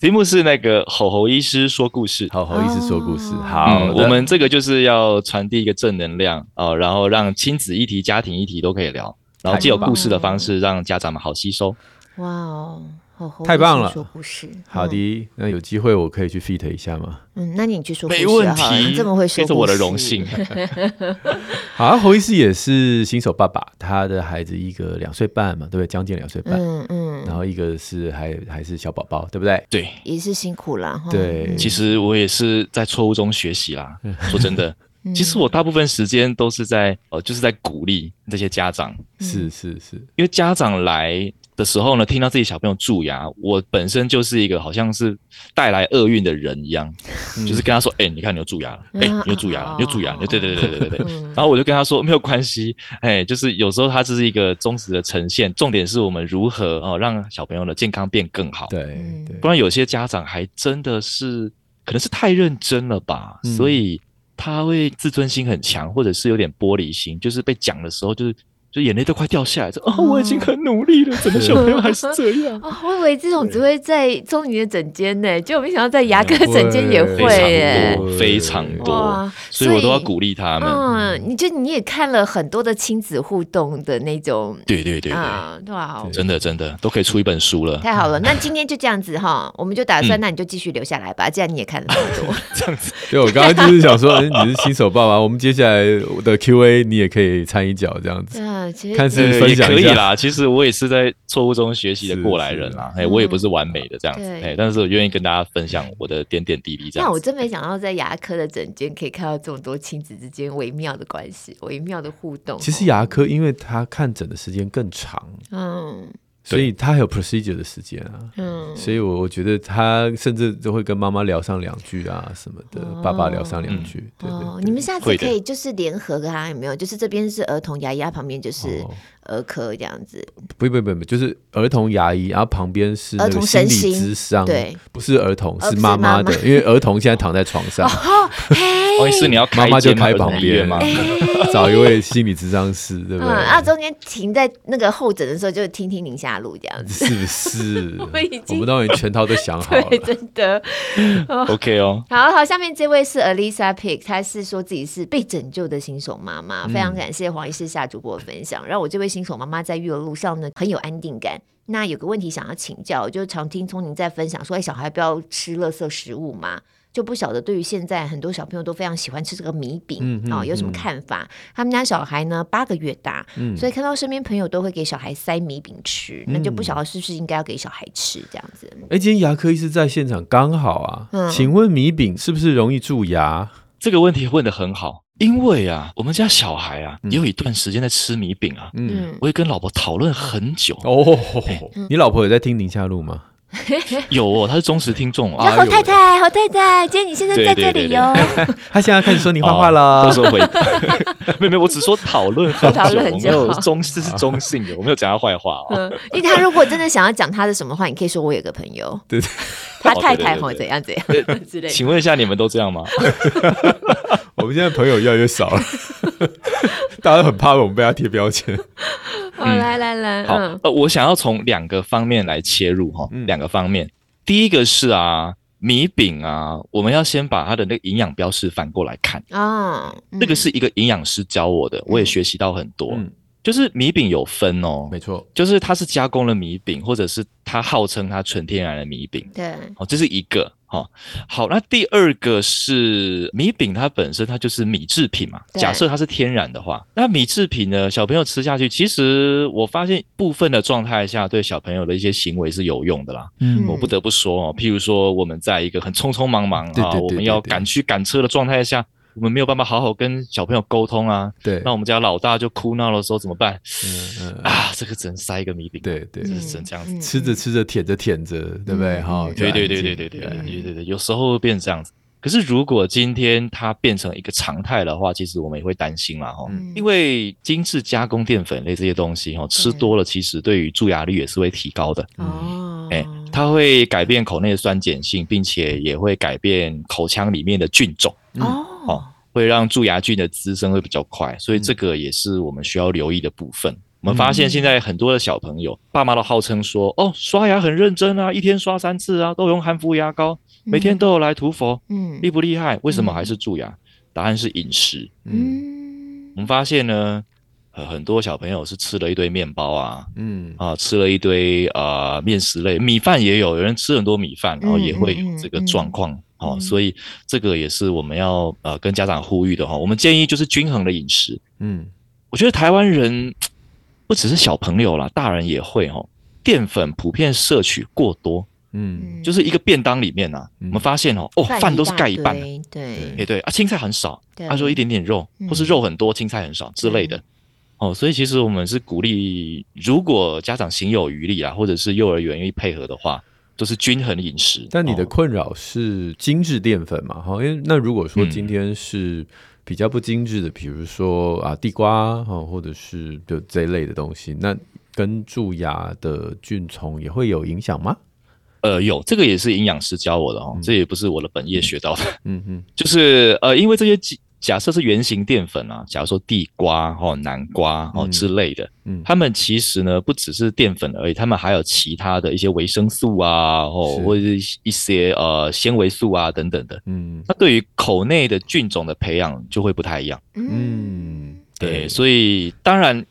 C: 题目是那个吼吼医师说故事。
A: 好，侯医师说故事。
B: 哦
A: 好的，
C: 嗯我们这个就是要传递一个正能量哦，然后让亲子议题、家庭议题都可以聊，然后借有故事的方式让家长们好 吸收。
B: 哇哦，好好
A: 太棒了
B: 说故事，
A: 好
B: 嗯，
A: 的，那有机会我可以去 feat 一下吗？
B: 嗯，那你去说故事
C: 没问
B: 好了
C: 题，
B: 你这么会说故事，
C: 这是我的荣幸。啊
A: 好、侯医师也是新手爸爸，他的孩子一个两岁半嘛，对不对？将近两岁半，
B: 嗯
A: 然
B: 嗯，
A: 后一个是还还是小宝宝，对不对？
C: 对，
B: 也是辛苦了哈。
A: 对
B: 嗯
C: 其实我也是在错误中学习啦。说 真的，
B: 嗯
C: 其实我大部分时间都是在呃，就是在鼓励这些家长，
A: 是是是，
C: 因为家长来的时候呢，听到自己小朋友蛀牙，我本身就是一个好像是带来厄运的人一样，
A: 嗯
C: 就是跟他说：“哎、你看你又蛀牙了，哎、
B: 嗯
C: 你又蛀牙了，你又蛀牙了。”对对对对对对。
B: 嗯
C: 然后我就跟他说：“没有关系， 哎，就是有时候它只是一个忠实的呈现，重点是我们如何哦让小朋友的健康变更好。”
A: 对
B: 嗯
A: 对
C: 不然有些家长还真的是可能是太认真了吧，
A: 嗯
C: 所以他会自尊心很强，或者是有点玻璃心，就是被讲的时候就是。就眼泪都快掉下来，说：“哦，我已经很努力了，怎么小朋友还是这样？”
B: 哦，我以为这种只会在中年的整间呢，结果没想到在牙科整间也
A: 对
B: 会
C: 非常
B: 耶。
C: 多，非常多，
B: 哇，
C: 所以我都要鼓励他们。
B: 嗯，你就你也看了很多的亲子互动的那种
C: 对对对对，
B: 啊，对啊，
A: 对
C: 真的真的都可以出一本书了。
B: 太好了，那今天就这样子哈，我们就打算，
C: 嗯
B: 那你就继续留下来吧，既然你也看了那么多。
A: 对，我刚刚就是想说，哎你是新手爸爸，我们接下来的 Q&A 你也可以掺一脚这样子。
B: 嗯，其
A: 看
B: 实
A: 是
C: 呃
A: 分
C: 也
A: 享一
C: 可以
A: 下
C: 啦。其实我也是在错误中学习的过来人啦，哎，我也不是完美的这样子，
B: 嗯对
C: 哎，但是我愿意跟大家分享我的点点滴滴这
B: 那
C: 样
B: 我
C: 子。
B: 真没想到，在牙科的诊间可以看到这么多亲子之间微妙的关系、微妙的互动。哦
A: 其实，牙科因为他看诊的时间更长，
B: 嗯
A: 所以他还有 procedure 的时间啊。
B: 嗯，
A: 所以，我我觉得他甚至都会跟妈妈聊上两句啊什么的，爸爸聊上两句，对对
B: 哦，
A: 对
B: 你们下次
C: 会的
B: 可以就是联合跟他有没有？就是这边是儿童牙医，他旁边就是
A: 哦
B: 儿科这样子。
A: 不不不不，就是儿童牙医，然后旁边是那
B: 儿
A: 个
B: 童
A: 心
B: 身
A: 理
B: 心
A: 智商，
B: 对，
A: 不是儿童，
B: 呃
A: 是
B: 不是
A: 妈妈
B: 妈妈
A: 的，因为儿童现在躺在床上，
C: 哦，意思你要
A: 妈
C: 开
A: 妈就
C: 间吗
A: 开
C: 儿童
A: 旁
C: 医院
A: 边
C: 吗？
B: 哎
A: 找一位心理智商师，对不
B: 嗯，
A: 对？
B: 啊，中间停在那个候诊的时候，就听听宁夏路这样子。
A: 是不是？ 我
B: 们已经
A: 们当然全套都想好
B: 对，
A: 了。
B: 真的。
C: OK 哦，
B: 好好，下面这位是 Alisa Pick，她是说自己是被拯救的新手妈妈，
A: 嗯
B: 非常感谢黄医师夏主播的分享，让我这位新手妈妈在育儿路上呢很有安定感。那有个问题想要请教，就是常听聪宁在分享说，哎，小孩不要吃垃圾食物嘛，就不晓得对于现在很多小朋友都非常喜欢吃这个米饼啊、
A: 嗯嗯
B: 哦有什么
A: 嗯
B: 看法？他们家小孩呢八个月大，
A: 嗯
B: 所以看到身边朋友都会给小孩塞米饼吃，那就不晓得是不是应该要给小孩吃这样子。
A: 哎，今天牙科医师在现场刚好啊，
B: 嗯
A: 请问米饼是不是容易蛀牙？
C: 这个问题问的很好，因为啊，我们家小孩啊，
A: 嗯
C: 也有一段时间在吃米饼啊，
A: 嗯，
C: 我也跟老婆讨论很久。
A: 哦，你老婆有在听宁夏路吗？
C: 有哦，她是忠实听众
A: 啊
C: 啊，
A: 哎呦
D: 侯太太，侯太太，今天你现在在这里哟、
A: 她现在开始说你坏话
C: 哦
A: 了
C: 到。时候回， 没有没有，我只说讨论很久，
B: 讨论很久
C: 我没有中，这是中性的，我没有讲她坏话哦。
B: 嗯，因为他如果真的想要讲他的什么话，你可以说我有个朋 友，
A: 对对
B: 他
C: 哦
B: 太
C: 对
B: 太
C: 对
B: 吼
C: 对
B: 怎样怎嗯样之 类的。
C: 请问一下，你们都这样吗？
A: 我们现在朋友越来越少了， 大家都很怕我们被他贴标签。
B: 哦，来来来，
C: 好
B: 嗯，
C: 呃，我想要从两个方面来切入哈，
A: 嗯
C: 两个方面。第一个是啊，米饼啊，我们要先把它的那个营养标示反过来看，
B: 啊，
C: 这个是一个营养师教我的，我也学习到很多。，就是米饼有分哦，
A: 嗯没错。
C: 就是它是加工了米饼，或者是它号称它纯天然的米饼。
B: 对，
C: 哦，这是一个哦。好，那第二个是米饼，它本身它就是米制品嘛。
B: 对
C: 假设它是天然的话，那米制品呢，小朋友吃下去，其实我发现部分的状态下，对小朋友的一些行为是有用的啦。
A: 嗯
C: 我不得不说哦，譬如说我们在一个很匆匆忙忙
A: 对
C: 啊，
A: 对对
C: 我
A: 对
C: 们要
A: 对
C: 赶去赶车的状态下。我们没有办法好好跟小朋友沟通啊，
A: 对，
C: 那我们家老大就哭闹的时候怎么办
A: 嗯嗯，
C: 啊？这个只能塞一个米饼，，
A: 对对
C: 就，
B: 嗯
C: 是只能这样子。
A: 吃着吃着舔着舔着，对不嗯对？嗯哈，就
C: 对对
A: 安静
C: 对对对对对对对对，有时候会变成这样子。可是如果今天它变成一个常态的话，其实我们也会担心啦哈，吼
A: 嗯
C: 因为精致加工淀粉类这些东西哈，吼吃多了其实对于蛀牙率也是会提高的。
B: 哦，
C: 哎，它会改变口内的酸碱性，并且也会改变口腔里面的菌种，
B: 哦，
C: 会让蛀牙菌的滋生会比较快，所以
A: 嗯
C: 这个也是我们需要留意的部分。我们发现现在很多的小朋友，爸妈都号称说，哦，刷牙很认真啊，一天刷三次啊，都用含氟牙膏，每天都有来涂氟，
B: 嗯
C: 厉不厉害？为什么还是蛀牙？答案是饮食。
A: 嗯
B: 嗯
C: 我们发现呢，呃，很多小朋友是吃了一堆面包啊，
A: 嗯
C: 啊，吃了一堆呃面食类，米饭也有，有人吃很多米饭，然后也会有这个状况。哦，所以这个也是我们要呃跟家长呼吁的哈、我们建议就是均衡的饮食，
A: 嗯
C: 我觉得台湾人不只是小朋友啦，大人也会哦。淀粉普遍摄取过多，
A: 嗯
C: 就是一个便当里面啊，
A: 嗯
C: 我们发现哦，哦，饭都是盖一半的，
B: 堆，对
C: 也对啊，青菜很少，
B: 对
C: 他说一点点肉，
B: 嗯
C: 或是肉很多，青菜很少之类的。哦，所以其实我们是鼓励，如果家长行有余力啊，或者是幼儿园愿意配合的话，就是均衡饮食。
A: 但你的
C: 哦
A: 困扰是精致淀粉嘛？哈、因为那如果说
C: 嗯
A: 今天是比较不精致的，比如说啊地瓜哈、或者是就这一类的东西，那跟蛀牙的菌虫也会有影响吗？
C: 呃，有这个也是营养师教我的哦，
A: 嗯
C: 这也不是我的本业学到的，
A: 嗯嗯
C: 就是呃，因为这些假假设是原型淀粉啊，假如说地瓜哦、南瓜哦
A: 嗯
C: 之类的，
A: 嗯，
C: 它们其实呢不只是淀粉而已，它们还有其他的一些维生素啊，哦
A: 是，
C: 或者是一些呃纤维素啊等等的。
A: 嗯
C: 那对于口内的菌种的培养就会不太一样。
A: 嗯，
C: 对，所以当然，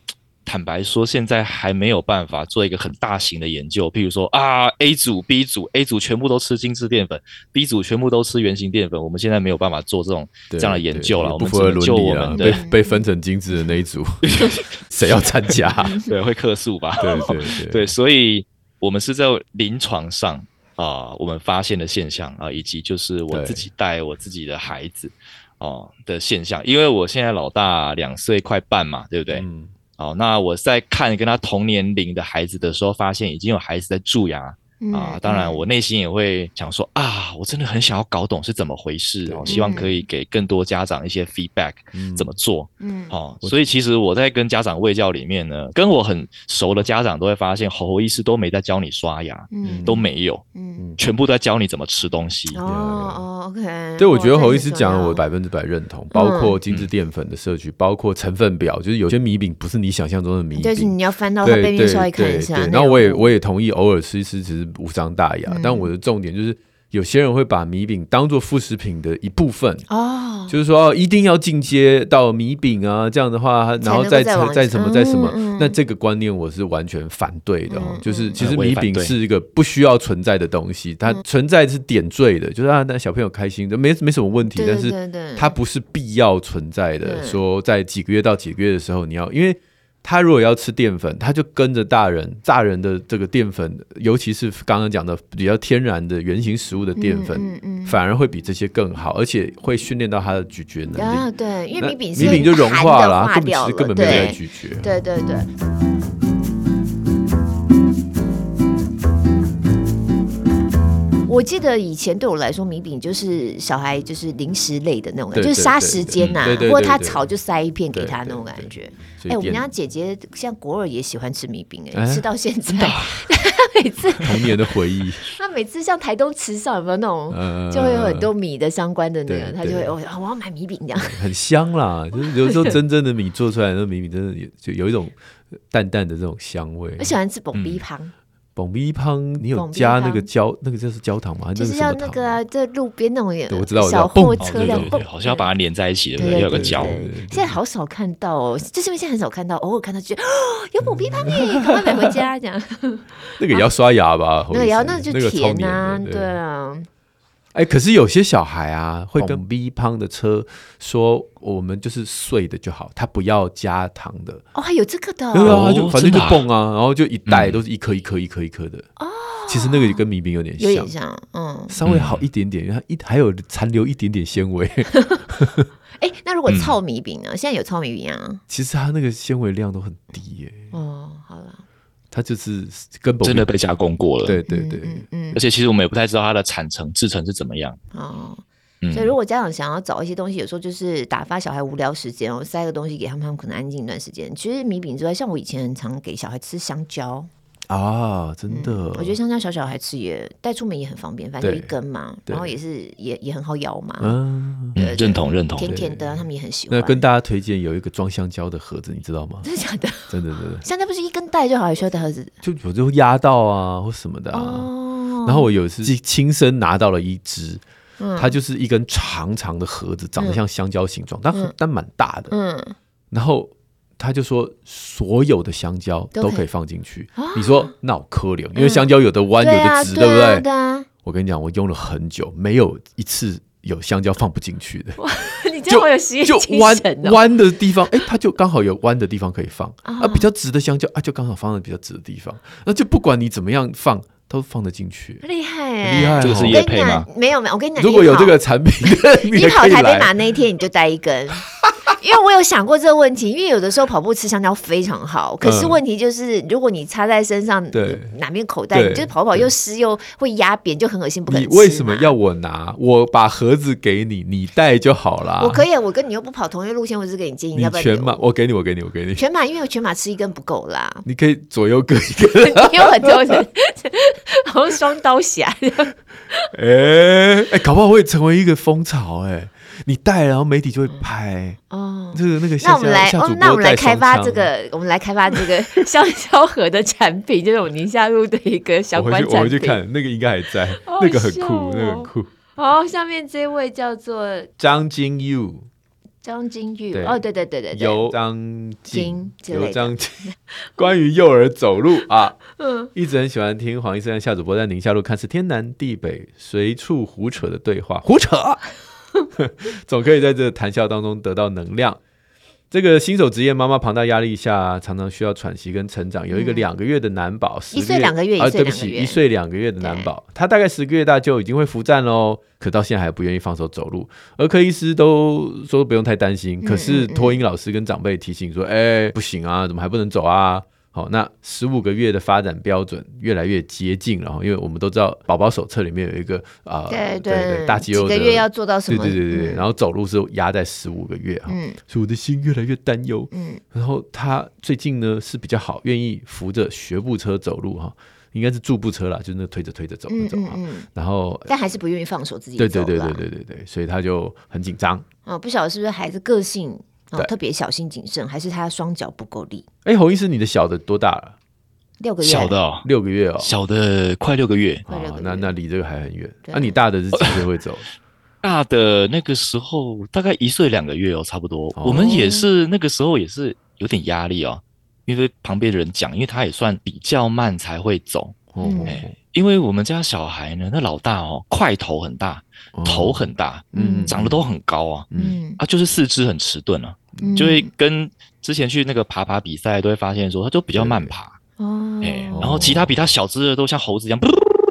C: 坦白说，现在还没有办法做一个很大型的研究，譬如说啊，A 组、B 组，A 组全部都吃精致淀粉，B 组全部都吃原型淀粉，我们现在没有办法做这种
A: 对
C: 这样的研究了，
A: 对
C: 我
A: 不
C: 们
A: 符
C: 只
A: 合
C: 能就
A: 伦理
C: 我
A: 啊，
C: 们
A: 被
C: 的
A: 被分成精致的那一 组，谁要参加？
C: 对会克数吧，
A: 对对
C: 对，所以我们是在临床上啊、我们发现的现象啊、以及就是我
A: 对
C: 自己带我自己的孩子哦、的现象，因为我现在老大两岁快半嘛，对不对？
A: 嗯
C: 哦，那我在看跟他同年龄的孩子的时候，发现已经有孩子在蛀牙
B: 嗯
C: 啊。当然，我内心也会想说啊，我真的很想要搞懂是怎么回事哦，
A: 对
C: 希望可以给更多家长一些 feedback，
A: 嗯
C: 怎么做
B: 嗯，
C: 哦。所以其实我在跟家长卫教里面呢，跟我很熟的家长都会发现，喉医师都没在教你刷牙，
B: 嗯
C: 都没有，
B: 嗯，
A: 嗯
C: 全部都在教你怎么吃东西。
B: 哦哦，OK，
A: 对，我
B: 哇
A: 觉得
B: 这
A: 侯医
B: 很
A: 师
B: 重
A: 讲的
B: 要
A: 我百分之百认同，包括精
C: 嗯
A: 致淀粉的摄取，包括成分表，就是有些米饼不是你想象中的米
B: 就是
A: 饼。
B: 你要翻到它
A: 对
B: 背
A: 对
B: 面
A: 对
B: 稍微看一
A: 对
B: 下，
A: 然后我也我
B: 也
A: 也同意，偶尔吃一吃其实无伤大雅。但
B: 嗯
A: 我的重点就是，有些人会把米饼当做副食品的一部分，
B: 哦，
A: 就是说、哦一定要进阶到米饼啊，这样的话，然后再
B: 再往
A: 再什么再什么、
B: 嗯嗯
A: 那这个观念我是完全反对的、哦
B: 嗯
A: 就是
B: 嗯
A: 其实
C: 我也
A: 米
C: 反
A: 饼
C: 对
A: 是一个不需要存在的东西，它存在是点缀的，就是啊，那小朋友开心，没没什么问题，
B: 对
A: 但
B: 对
A: 是
B: 对对，
A: 它不是必要存在的。
B: 嗯
A: 说在几个月到几个月的时候，你要因为。他如果要吃淀粉，他就跟着大人、大人的这个淀粉，尤其是刚刚讲的比较天然的原型食物的淀粉，
B: 嗯嗯嗯
A: 反而会比这些更好，而且会训练到他的咀嚼能力。
B: 啊对，因
A: 那
B: 为米饼是
A: 米饼就融
B: 含
A: 化
B: 的
A: 了啊，
B: 化
A: 根本
B: 掉
A: 其实根
B: 了
A: 本没有
B: 对
A: 在咀嚼。
B: 对对对，我记得以前对我来说，米饼就是小孩就是零食类的那种感
A: 对
B: 觉，
A: 对
B: 就是杀时间呐、
A: 对对对
B: 或者
A: 对
B: 他
A: 对
B: 炒就塞一片给他
A: 对
B: 那种
A: 对
B: 感
A: 对
B: 觉。
A: 所
B: 哎、
A: 以
B: 我们
A: 淀
B: 家姐姐像国尔也喜欢吃米饼、哎、
A: 哎
B: 吃到现在， 每次
A: 童年的回 忆，
B: 她每次像台东池上有没有那种，
A: 呃，
B: 就会有很多米的相关的那个，
A: 对
B: 她就会
A: 对嗯
B: 哦，我要买米饼这样。
A: 很香啦。就是 有时候真正的米做出来的米米，真的有就有一种淡淡的这种香味
B: 我。喜欢吃蹦逼汤，
A: 嗯蹦米汤，你有
B: 蹦逼
A: 加那
B: 汤
A: 个焦，那个就是焦糖吗？还
B: 就是
A: 什
B: 要
A: 么
B: 那
A: 糖
B: 个啊，在路边那种也
A: 对我知道我知道
B: 小货
A: 蹦
C: 哦，
B: 车
C: 对
B: 辆
C: 对
B: 蹦
C: 对，，好像要把它连在一起，对不对？
B: 对
C: 要有个
B: 对
C: 胶
B: 对。
A: 对对
B: 现在好少看到哦，就是因为现在很少看到，偶尔看到就觉得哦有蹦逼汤哎，
A: 嗯
B: 赶快买回家 这样。
A: 那个也要刷牙吧？侯医
B: 对，然后
A: 师
B: 那就
A: 那个超
B: 甜
A: 黏
B: 啊，
A: 的
B: 对啊，
A: 哎，可是有些小孩啊，会跟
B: 嗯
A: B 胖的车说，我们就是碎的就好，他不要加糖的。
B: 哦，还有这个的
A: 对
B: 哦，
A: 啊，他就
C: 哦
A: 反正
C: 真
A: 就
C: 的啊
A: 蹦啊，然后就一袋
C: 嗯
A: 都是一颗一颗一颗一颗的。哦，其实那个也跟米饼有点
B: 有点
A: 像，
B: 像，嗯，
A: 稍微好一点点，因为它一还有残留一点点纤维。
B: 哎，那如果
C: 嗯
B: 糙米饼呢？现在有糙米饼啊？
A: 其实它那个纤维量都很低耶，
B: 哦，好了，
A: 它就是根本
C: 真的被加工过了。
A: 对对
B: 嗯
A: 对，
B: 嗯嗯
C: 而且其实我们也不太知道它的产程、制成是怎么样。
B: 哦，
C: 嗯
B: 所以如果家长想要找一些东西，有时候就是打发小孩无聊时间哦，塞个东西给他们，他们可能安静一段时间。其实米饼之外，像我以前很常给小孩吃香蕉，
A: 啊，真的，
B: 嗯我觉得香蕉小小孩吃也带出门也很方便，反正就
A: 对
B: 一根嘛，
A: 对
B: 然后也是也也很好咬嘛，
A: 嗯，
C: 嗯认同认同。
B: 甜甜的，他们也很喜欢。
A: 那跟大家推荐有一个装香蕉的盒子，你知道吗？
B: 真的假的？
A: 真的真的，
B: 香蕉不是一根带就好，还需要带盒子？
A: 就有时候压到啊或什么的啊。
B: 哦，
A: 然后我有一次亲亲身拿到了一只，
B: 嗯
A: 它就是一根长长的盒子，长得像香蕉形状，但很但蛮大的。
B: 嗯，
A: 然后他就说，所有的香蕉
B: 都
A: 都
B: 可以
A: 可以放进去。你说那我颗粒，因为香蕉有的弯，有
B: 对啊，
A: 的直，不
B: 对啊，
A: 对
B: 对？啊，
A: 我跟你讲，我用了很久，没有一次有香蕉放不进去的，
B: 你真的好有实验
A: 就
B: 精
A: 弯
B: 神哦。
A: 弯的地方，哎，它就刚好有弯的地方可以放
B: 啊
A: 啊，比较直的香蕉啊，就刚好放在比较直的地方，那就不管你怎么样放，都放得进去。
B: 厉害
A: 厉害
B: 哎！
A: 哦
C: 这个是
B: 我跟
C: 业
B: 你
C: 配吗
B: 讲，？没有没有，我跟你讲，
A: 如果
B: 你
A: 有
B: 跑
A: 这个产品，你
B: 你
A: 也
B: 跑
A: 可以
B: 台北
A: 来。
B: 马那一天，你就带一根。 因为我有想过这个问题，因为有的时候跑步吃香蕉非常好，可是
A: 嗯
B: 问题就是，如果你插在身上，
A: 对
B: 你哪边口袋，
A: 对
B: 你就是跑跑又湿又会压扁，就很恶心，不可
A: 你
B: 能。
A: 为什么？要我拿？我把盒子给你，你带就好啦。
B: 我可以，我跟你又不跑同一个路线，我只是给你建议，
A: 你
B: 要不然
A: 全
B: 留
A: 马，我给你，我给你，我给你。
B: 全马，因为我全马吃一根不够 啦，
A: 你可以左右各一个。
B: 因为很多人 好像双刀侠，
A: 哎、哎、搞不好会成为一个风潮哎、你带然后媒体就会拍，
B: 哦。
A: 这个那个
B: 嗯那
A: 下
B: 我们
A: 下
B: 来，
A: 下主
B: 哦
A: 播，
B: 那我们来
A: 带
B: 开
A: 双
B: 发
A: 枪
B: 这，个，我们来开发这个 香蕉盒的产品，就是我们宁夏路的一个相
A: 我
B: 关
A: 回去
B: 产品。
A: 我回去看，那个应该还在，
B: 好
A: 那个很
B: 笑
A: 酷，那个很
B: 哦
A: 酷。
B: 哦，下面这位叫做
A: 张金佑，
B: 张金玉
A: 对
B: 哦，对对对对对，
A: 由张静
B: 金，之类
A: 由
B: 的
A: 张 静。关于幼儿走路啊，
B: 嗯，
A: 一直很喜欢听黄医生和夏主播在宁夏路看似天南地北、随处胡扯的对话，胡扯， 总可以在这谈笑当中得到能量。这个新手职业妈妈庞大压力下，常常需要喘息跟成长。有一个
B: 嗯
A: 两个月的男宝，10
B: 一岁两个月
A: 啊，
B: 一岁
A: 对不
B: 两个
A: 起，
B: 月
A: 一岁两个月的男宝，他大概十个月大就已经会扶站喽，可到现在还不愿意放手走路。儿科医师都说不用太担
B: 嗯
A: 心，可是托婴老师跟长辈提醒说，哎、不行啊，怎么还不能走啊？好，那十五个月的发展标准越来越接近了哈，哦因为我们都知道宝宝手册里面有一个啊、
B: 对
A: 对大肌肉
B: 几个
A: 的
B: 月要做到什
A: 对
B: 么？
A: 对对对，
B: 嗯
A: 然后走路是压在十五个月哈，
B: 嗯
A: 所以我的心越来越担忧。
B: 嗯，
A: 然后啊他最近呢是比较好，愿意扶着学步车走路哈，应该是助步车啦，就是那推着推着走那
B: 嗯
A: 种
B: 嗯
A: 哈。
B: 嗯，
A: 然后
B: 但还是不愿意放手自
A: 啊
B: 己
A: 对对对
B: 走
A: 对
B: 啦
A: 对对对，所以他就很紧张。
B: 哦，不晓得是不是孩子个性哦
A: 对
B: 特别小心谨慎，还是他双脚不够力？
A: 哎，侯医师，你的小的多大了？
B: 六个月，
C: 小的哦，
A: 六个月哦。
C: 小的快六个月，
B: 快六个
A: 哦
B: 月，
A: 那那离这个还很远。
B: 对
A: 那、你大的是几岁会走？
C: 大的那个时候大概一岁两个月哦，差不多。
A: 哦
C: 我们也是那个时候也是有点压力哦，因为旁边的人讲，因为他也算比较慢才会走。
A: 哦
B: 嗯
C: 哎因为我们家小孩呢，那老大哦，块头很大，
A: 哦
C: 头很大，
A: 嗯
C: 长得都很高啊，
B: 嗯
C: 啊，就是四肢很迟钝啊，
A: 嗯
C: 就会跟之前去那个爬爬比赛都会发现说，他就比较慢爬，
B: 哦，
C: 哎，然后其他比他小只的都像猴子 一样，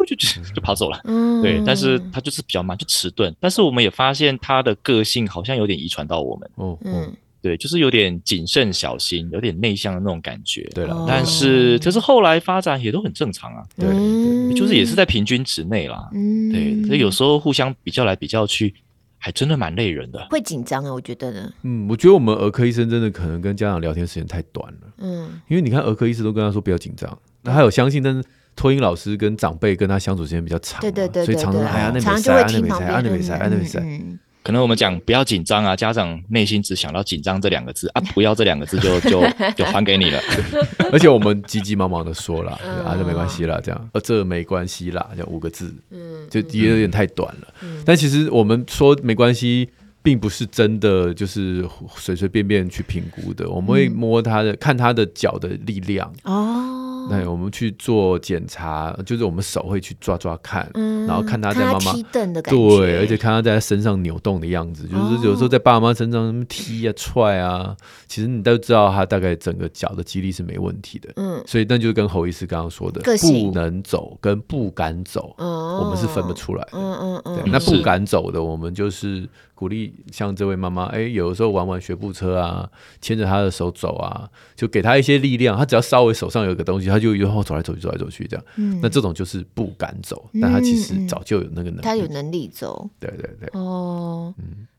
C: 就就就跑走了。
B: 嗯
C: 对，但是他就是比较慢，就迟钝。但是我们也发现他的个性好像有点遗传到我们，
A: 哦哦，
B: 嗯
C: 对，就是有点谨慎小心，有点内向的那种感觉。
A: 对了，
B: 哦
C: 但是可是后来发展也都很正常啊，
A: 对对
C: 就是也是在平均值内啦。
B: 嗯
C: 对，所以有时候互相比较来比较去，还真的蛮累人的。
B: 会紧张啊，我觉得呢，
A: 嗯，我觉得我们儿科医生真的可能跟家长聊天时间太短了。
B: 嗯
A: 因为你看儿科医师都跟他说不要紧张，那他有相信，但是托婴老师跟长辈跟他相处时间比较长嘛，
B: 对对对
A: 所
B: 对
A: 以常
B: 对
A: 常哎呀那
B: 常
A: 没
B: 常
A: 塞
B: 就会
A: 啊那
B: 听
A: 没
B: 旁
A: 塞
B: 边
A: 啊那没塞
B: 人
A: 啊那没
B: 嗯
A: 塞，
B: 嗯
C: 可能我们讲不要紧张啊，家长内心只想到紧张这两个字啊，不要这两个字就就就还给你了。
A: 而且我们急急忙忙的说 了
B: 嗯
A: 啊这没关系啦，这样呃这没关系啦，这样五个字
B: 嗯，
A: 就也有点太短了
B: 嗯，
A: 但其实我们说没关系。并不是真的，就是随随便便去评估的。我们
B: 嗯
A: 会摸他的，看他的脚的力量，
B: 哦，
A: 那我们去做检查，就是我们手会去抓抓看，
B: 嗯，
A: 然后看他在妈妈
B: 踢凳的感觉，哦
A: 对，而且看他在他身上扭动的样子，就是有时候在爸妈身上踢啊、踹啊，其实你都知道他大概整个脚的肌力是没问题的。
B: 嗯
A: 所以那就是跟侯医师刚刚说的
B: 个，性
A: 不能走跟不敢走，
B: 哦，
A: 我们是分不，出来的。
B: 嗯嗯
A: 对
B: 嗯，
A: 那
C: 是
A: 不敢走的，我们就是鼓励像这位妈妈，哎，有的时候玩玩学步车啊，牵着她的手走啊，就给她一些力量。她只要稍微手上有个东西，她就以后走来走去，走来走去这样。
B: 嗯
A: 那这种就是不敢走，但她其实
B: 嗯嗯
A: 早就有那个能力。
B: 他有能力走
A: 对对对。
B: 哦，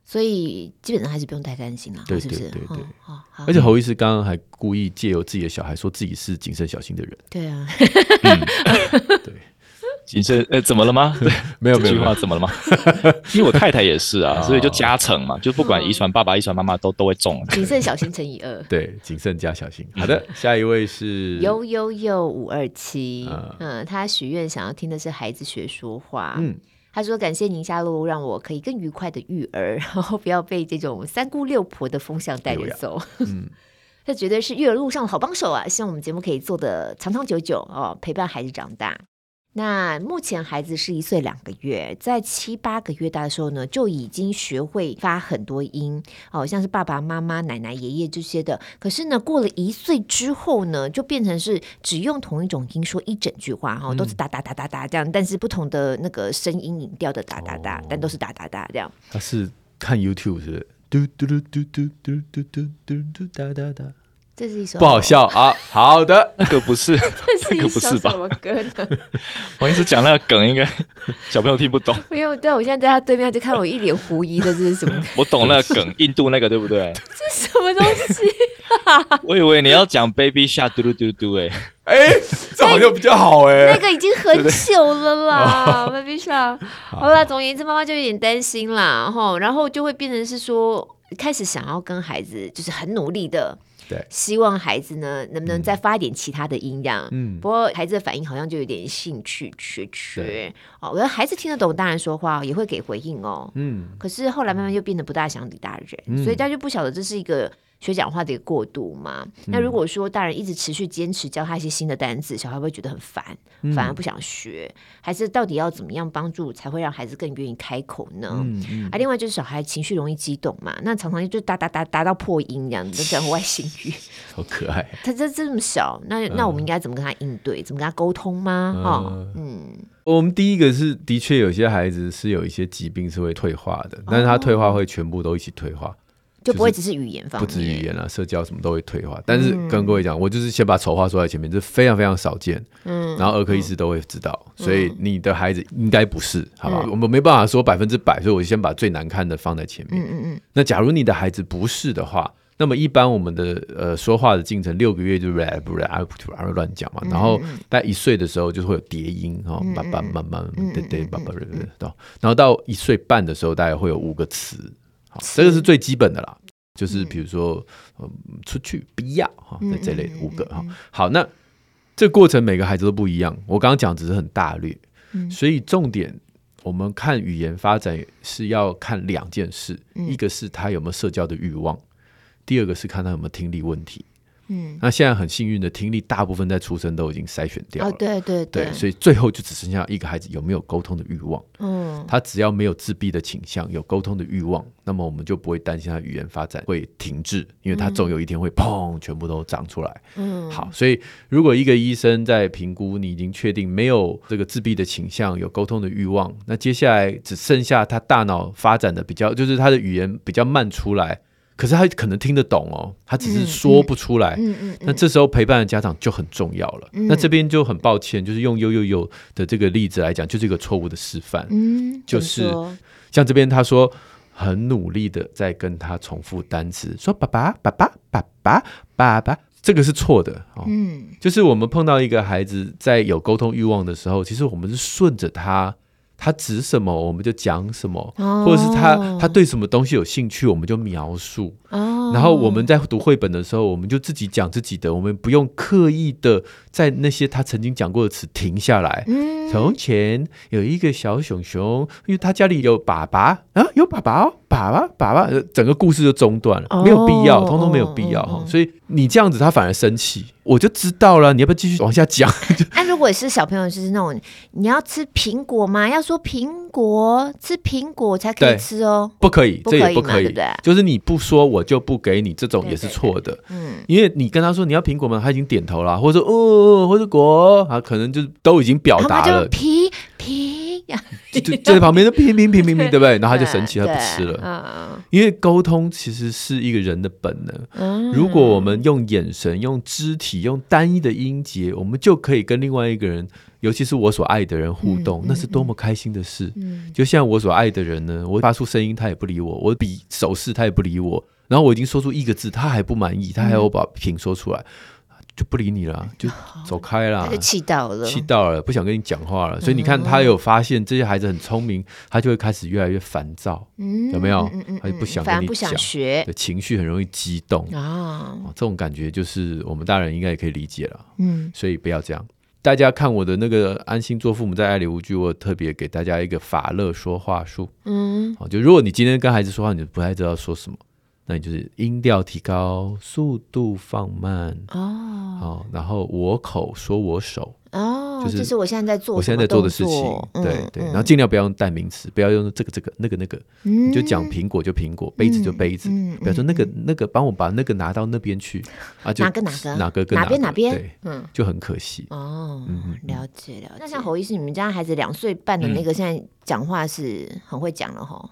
B: 所以基本上还是不用太担心了，
A: 对
B: 是不是？
A: 对对对
B: 哦哦好
A: 而且侯医师刚刚还故意借由自己的小孩说自己是谨慎小心的人，
B: 对啊，嗯
C: 谨慎，呃，怎么了吗？对，
A: 没有
C: 这句话怎么了吗？ 因为我太太也是啊，
A: 哦。
C: 所以就加成嘛，就不管遗传爸爸、遗传妈妈都都会中。
B: 谨慎小心乘以二
A: 对，谨慎加小心。好的，下一位是
B: 悠悠悠五二七
A: 啊，
B: 嗯，他许愿想要听的是孩子学说话，
A: 嗯，
B: 他说：“感谢宁夏路，让我可以更愉快的育儿，然后不要被这种三姑六婆的风向带着走。
A: 嗯，
B: 这绝对是育儿路上的好帮手啊！希望我们节目可以做的长长久久哦，陪伴孩子长大。那目前孩子是一岁两个月，在七八个月大的时候呢，就已经学会发很多音哦，像是爸爸妈妈、奶奶、爷爷这些的。可是呢，过了一岁之后呢，就变成是只用同一种音说一整句话哈、哦，都是哒哒哒哒哒这样，但是不同的那个声音、音调的哒哒哒
A: 哦，
B: 但都是哒哒哒这样。
A: 他是看 YouTube 是不是嘟嘟嘟嘟嘟嘟嘟嘟嘟嘟哒哒哒，
B: 这是一首
A: 不好，笑啊！好 的，
C: 那个不 是，
B: 这是
C: 那
B: 一
C: 个不
B: 首
C: 是吧
B: 什么歌呢？
C: 我一直讲那个梗，应该小朋友听不懂。
B: 没有，对我现在在他对面就看我一脸狐疑的，这是什么？
C: 我懂那个梗，印度那个对不 对？
B: 这是什么东西？啊
C: 我以为你要讲 Baby Shark 嘟嘟嘟嘟哎，
A: 哎，这好像比较好
B: 那
A: 哎。
B: 个已经很久了 啦，Baby Shark。好啦，总而言之，妈妈就有点担心啦，吼，然后就会变成是说，开始想要跟孩子就是很努力的，
A: 对
B: 希望孩子呢能不能再发一点其他的营养。
A: 嗯
B: 不过孩子的反应好像就有点兴趣缺缺哦，我觉得孩子听得懂大人说话，也会给回应哦。
A: 嗯，
B: 可是后来慢慢就变得不大想理大人，
A: 嗯
B: 所以大家就不晓得这是一个学讲话的一个过渡嘛。
A: 嗯
B: 那如果说大人一直持续坚持教他一些新的单词，小孩会觉得很烦，
A: 嗯
B: 反而不想学。还是到底要怎么样帮助才会让孩子更愿意开口呢？
A: 嗯嗯
B: 啊，另外就是小孩情绪容易激动嘛，那常常就哒哒哒哒到破音这样子，讲外星 语。
A: 好可爱。
B: 他这这么小，
A: 嗯
B: 那那我们应该怎么跟他应对？怎么跟他沟通吗？哦，嗯，
A: 我们第一个是，的确有些孩子是有一些疾病是会退化的，但是他退化会全部都一起退化，
B: 就不会只是语言方
A: 不
B: 面，
A: 止语言啊，社交什么都会退化。但是跟各位讲，我就是先把丑话说在前面，这非常非常少见，
B: 嗯，
A: 然后儿科医师都会知道，所以你的孩子应该不是，好
B: 嗯
A: 吧？我们没办法说百分之百，所以我先把最难看的放在前面。
B: 嗯嗯
A: 那假如你的孩子不是的话，那么一般我们的呃说话的进程六个月就 rap rap 乱讲
B: 嗯
A: 嘛，然后在一岁的时候就会有叠音哦，叭叭
B: 嗯
A: 叭叭，对对叭叭到，然后到一岁半的时候大概会有五个词，好，这个是最基本的啦。就是比如说，嗯，出去不要哈，
B: 嗯
A: 这这类的五个哈。好，那这过程每个孩子都不一样，我刚刚讲只是很大略，
B: 嗯
A: 所以重点我们看语言发展是要看两件事，
B: 嗯
A: 一个是他有没有社交的欲望，第二个是看他有没有听力问题。
B: 嗯，
A: 那现在很幸运的，听力大部分在出生都已经筛选掉
B: 嗯，
A: 了，
B: 哦，对对
A: 对，所以最后就只剩下一个孩子有没有沟通的欲望。
B: 嗯
A: 他只要没有自闭的倾向，有沟通的欲望，那么我们就不会担心他语言发展会停滞，因为他总有一天会砰，全部都长出来。
B: 嗯，
A: 好，所以如果一个医生在评估你已经确定没有这个自闭的倾向，有沟通的欲望，那接下来只剩下他大脑发展的比较，就是他的语言比较慢出来，可是他可能听得懂哦，他只是说不出来。
B: 嗯嗯
A: 那这时候陪伴的家长就很重要了。那这边就很抱歉，就是用“呦呦呦”的这个例子来讲，就是一个错误的示范。
B: 嗯，
A: 就是
B: 怎么说
A: 像这边他说很努力的在跟他重复单词，说爸爸爸爸爸爸爸爸，这个是错的哦。
B: 嗯
A: 就是我们碰到一个孩子在有沟通欲望的时候，其实我们是顺着他。他指什么，我们就讲什么，
B: 哦
A: 或者是他他对什么东西有兴趣，我们就描述。
B: 哦，
A: 然后我们在读绘本的时候，我们就自己讲自己的，我们不用刻意的在那些他曾经讲过的词停下来。
B: 嗯
A: 从前有一个小熊熊，因为他家里有爸爸啊，有爸爸哦，爸爸爸爸，呃整个故事就中断了，
B: 哦
A: 没有必要，通通没有必要
B: 嗯
A: 哈、
B: 嗯
A: 所以你这样子，他反而生气，我就知道了，你要不要继续往下讲？
B: 那、如果是小朋友，就是那种你要吃苹果吗？要说苹果，吃苹果才可
A: 对
B: 以吃哦。
A: 不可以，
B: 不
A: 这
B: 可
A: 也
B: 以
A: 不
B: 嘛
A: 可以，
B: 对不对
A: 就是你不说，我就不给你，这种
B: 对
A: 也是
B: 对
A: 错的。
B: 嗯
A: 因为你跟他说你要苹果吗？他已经点头了，或者说哦，或者果啊，可能就是都已经表
B: 然后
A: 达
B: 就
A: 了，
B: 皮皮，
A: 就就 就在旁边就乒乒乒乒乒，对不对？然后他就生气，他
B: 对
A: 不吃了。
B: 嗯
A: 因为沟通其实是一个人的本能。
B: 嗯
A: 如果我们用眼神、用肢体、用单一的音节，我们就可以跟另外一个人，尤其是我所爱的人互动，那是多么开心的事！
B: 嗯
A: 就像我所爱的人呢，我发出声音，他也不理我；我比手势，他也不理我。然后我已经说出一个字，他还不满
B: 嗯
A: 意，他还要把品说出来，就不理你了，就走开啦
B: 他就。气到了，
A: 啊
B: 嗯
A: 气到了，不想跟你讲话了。所以你看，他有发现这些孩子很聪明，他就会开始越来越烦躁。
B: 嗯
A: 有没有
B: 嗯嗯
A: 他就不想跟
B: 反而
A: 你
B: 不想
A: 讲
B: 学
A: 对，情绪很容易激动。
B: 啊，
A: 哦这种感觉就是我们大人应该也可以理解了，
B: 嗯
A: 所以不要这样。大家看我的那个《安心做父母在爱里无惧》，我有特别给大家一个法乐说话术。
B: 嗯
A: 哦，就如果你今天跟孩子说话，你不太知道说什么，那你就是音调提高，速度放慢，
B: 哦
A: 哦，然后我口说我手，
B: 哦，
A: 就
B: 就是是我现在在做
A: 我
B: 什
A: 现
B: 么
A: 在在做的
B: 动
A: 事情
B: 作，
A: 对
B: 嗯
A: 对，
B: 嗯
A: 然后尽量不要用代名词，不要用这个这个那个那个，你就讲苹果就苹果，杯子就杯子，
B: 嗯
A: 比如说那个那个，帮我把那个拿到那边去啊，就
B: 哪个哪个
A: 哪个跟
B: 哪边
A: 个
B: 哪边
A: 对，
B: 嗯
A: 就很可惜。
B: 哦，了解了解。那像嗯侯医师，你们家孩子两岁半的那个，现在讲话是很会讲了吼。